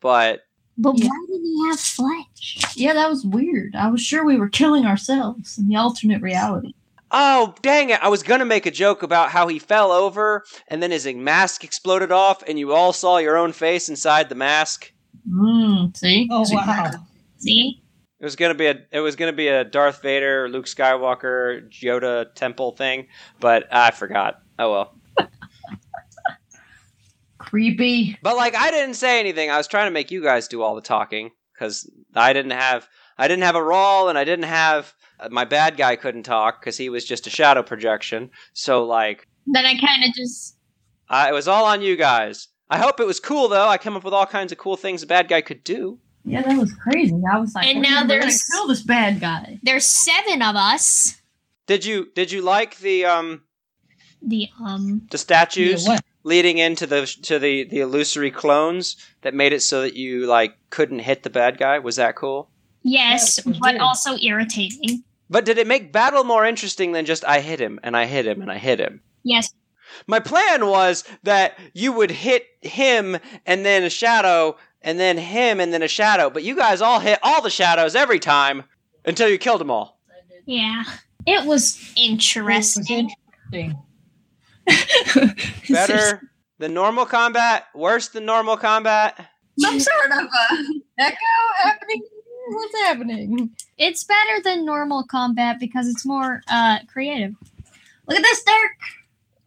Speaker 1: but
Speaker 3: But
Speaker 2: Yeah.
Speaker 3: why did he have flesh?
Speaker 2: Yeah, that was weird. I was sure we were killing ourselves in the alternate reality.
Speaker 1: Oh, dang it. I was going to make a joke about how he fell over and then his mask exploded off and you all saw your own face inside the mask.
Speaker 2: Mm, see?
Speaker 4: Oh,
Speaker 2: See?
Speaker 4: wow.
Speaker 3: See?
Speaker 1: It was going to be a it was going to be a Darth Vader, Luke Skywalker, Yoda temple thing, but I forgot. Oh well.
Speaker 2: Creepy.
Speaker 1: But like I didn't say anything. I was trying to make you guys do all the talking cuz I didn't have I didn't have a role and I didn't have uh, my bad guy couldn't talk cuz he was just a shadow projection. So like
Speaker 3: Then I kind of just.
Speaker 1: Uh, it was all on you guys. I hope it was cool though. I came up with all kinds of cool things a bad guy could do.
Speaker 2: Yeah, that was crazy. I was like,
Speaker 3: And
Speaker 2: "Oh,
Speaker 3: now
Speaker 2: we're gonna
Speaker 3: there's-
Speaker 2: kill this bad guy.
Speaker 3: There's seven of us.
Speaker 1: Did you did you like the um
Speaker 3: The, um.
Speaker 1: the
Speaker 4: You know
Speaker 1: statues
Speaker 4: what?
Speaker 1: leading into the to the the illusory clones that made it so that you like couldn't hit the bad guy? Was that cool?
Speaker 3: Yes,
Speaker 4: Yes, we
Speaker 3: but
Speaker 4: did.
Speaker 3: also irritating.
Speaker 1: But did it make battle more interesting than just I hit him and I hit him and I hit him?
Speaker 3: Yes.
Speaker 1: My plan was that you would hit him and then a shadow and then him and then a shadow, but you guys all hit all the shadows every time until you killed them all.
Speaker 3: Yeah. It was
Speaker 4: It
Speaker 3: interesting.
Speaker 4: was interesting.
Speaker 2: *laughs*
Speaker 1: better than normal combat, worse than normal combat.
Speaker 2: Some sort of uh echo happening. What's happening?
Speaker 3: It's better than normal combat because it's more uh, creative.
Speaker 2: Look at this dirt.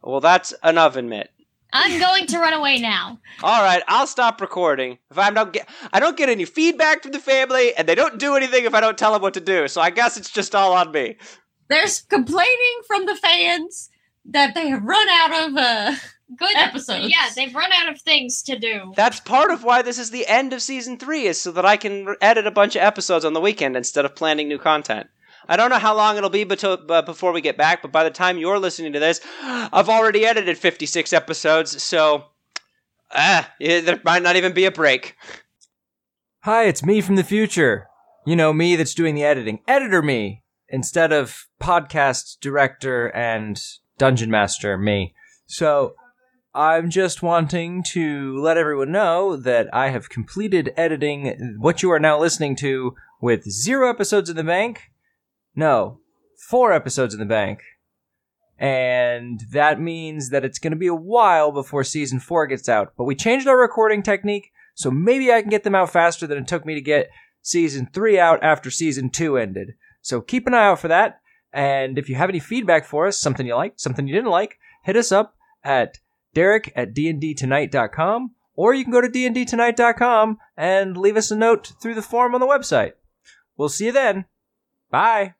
Speaker 1: Well, that's an oven mitt.
Speaker 3: I'm going to run away now.
Speaker 1: All right, I'll stop recording. If I don't get, I don't get any feedback from the family, and they don't do anything if I don't tell them what to do. So I guess it's just all on me.
Speaker 2: There's complaining from the fans that they have run out of uh
Speaker 3: Good
Speaker 2: Episodes.
Speaker 3: Yeah, they've run out of things to do.
Speaker 1: That's part of why this is the end of season three, is so that I can re- edit a bunch of episodes on the weekend instead of planning new content. I don't know how long it'll be beto- uh, before we get back, but by the time you're listening to this, I've already edited 56 episodes, so ah, yeah, there might not even be a break.
Speaker 6: Hi, it's me from the future. You know, me that's doing the editing. Editor me instead of podcast director and dungeon master me. So, I'm just wanting to let everyone know that I have completed editing what you are now listening to with zero episodes in the bank. No, four episodes in the bank. And that means that it's going to be a while before season four gets out. But we changed our recording technique so maybe I can get them out faster than it took me to get season three out after season two ended. So keep an eye out for that. And if you have any feedback for us, something you liked, something you didn't like, hit us up at derek at dndtonight.com or you can go to dndtonight.com and leave us a note through the form on the website. We'll see you then. Bye.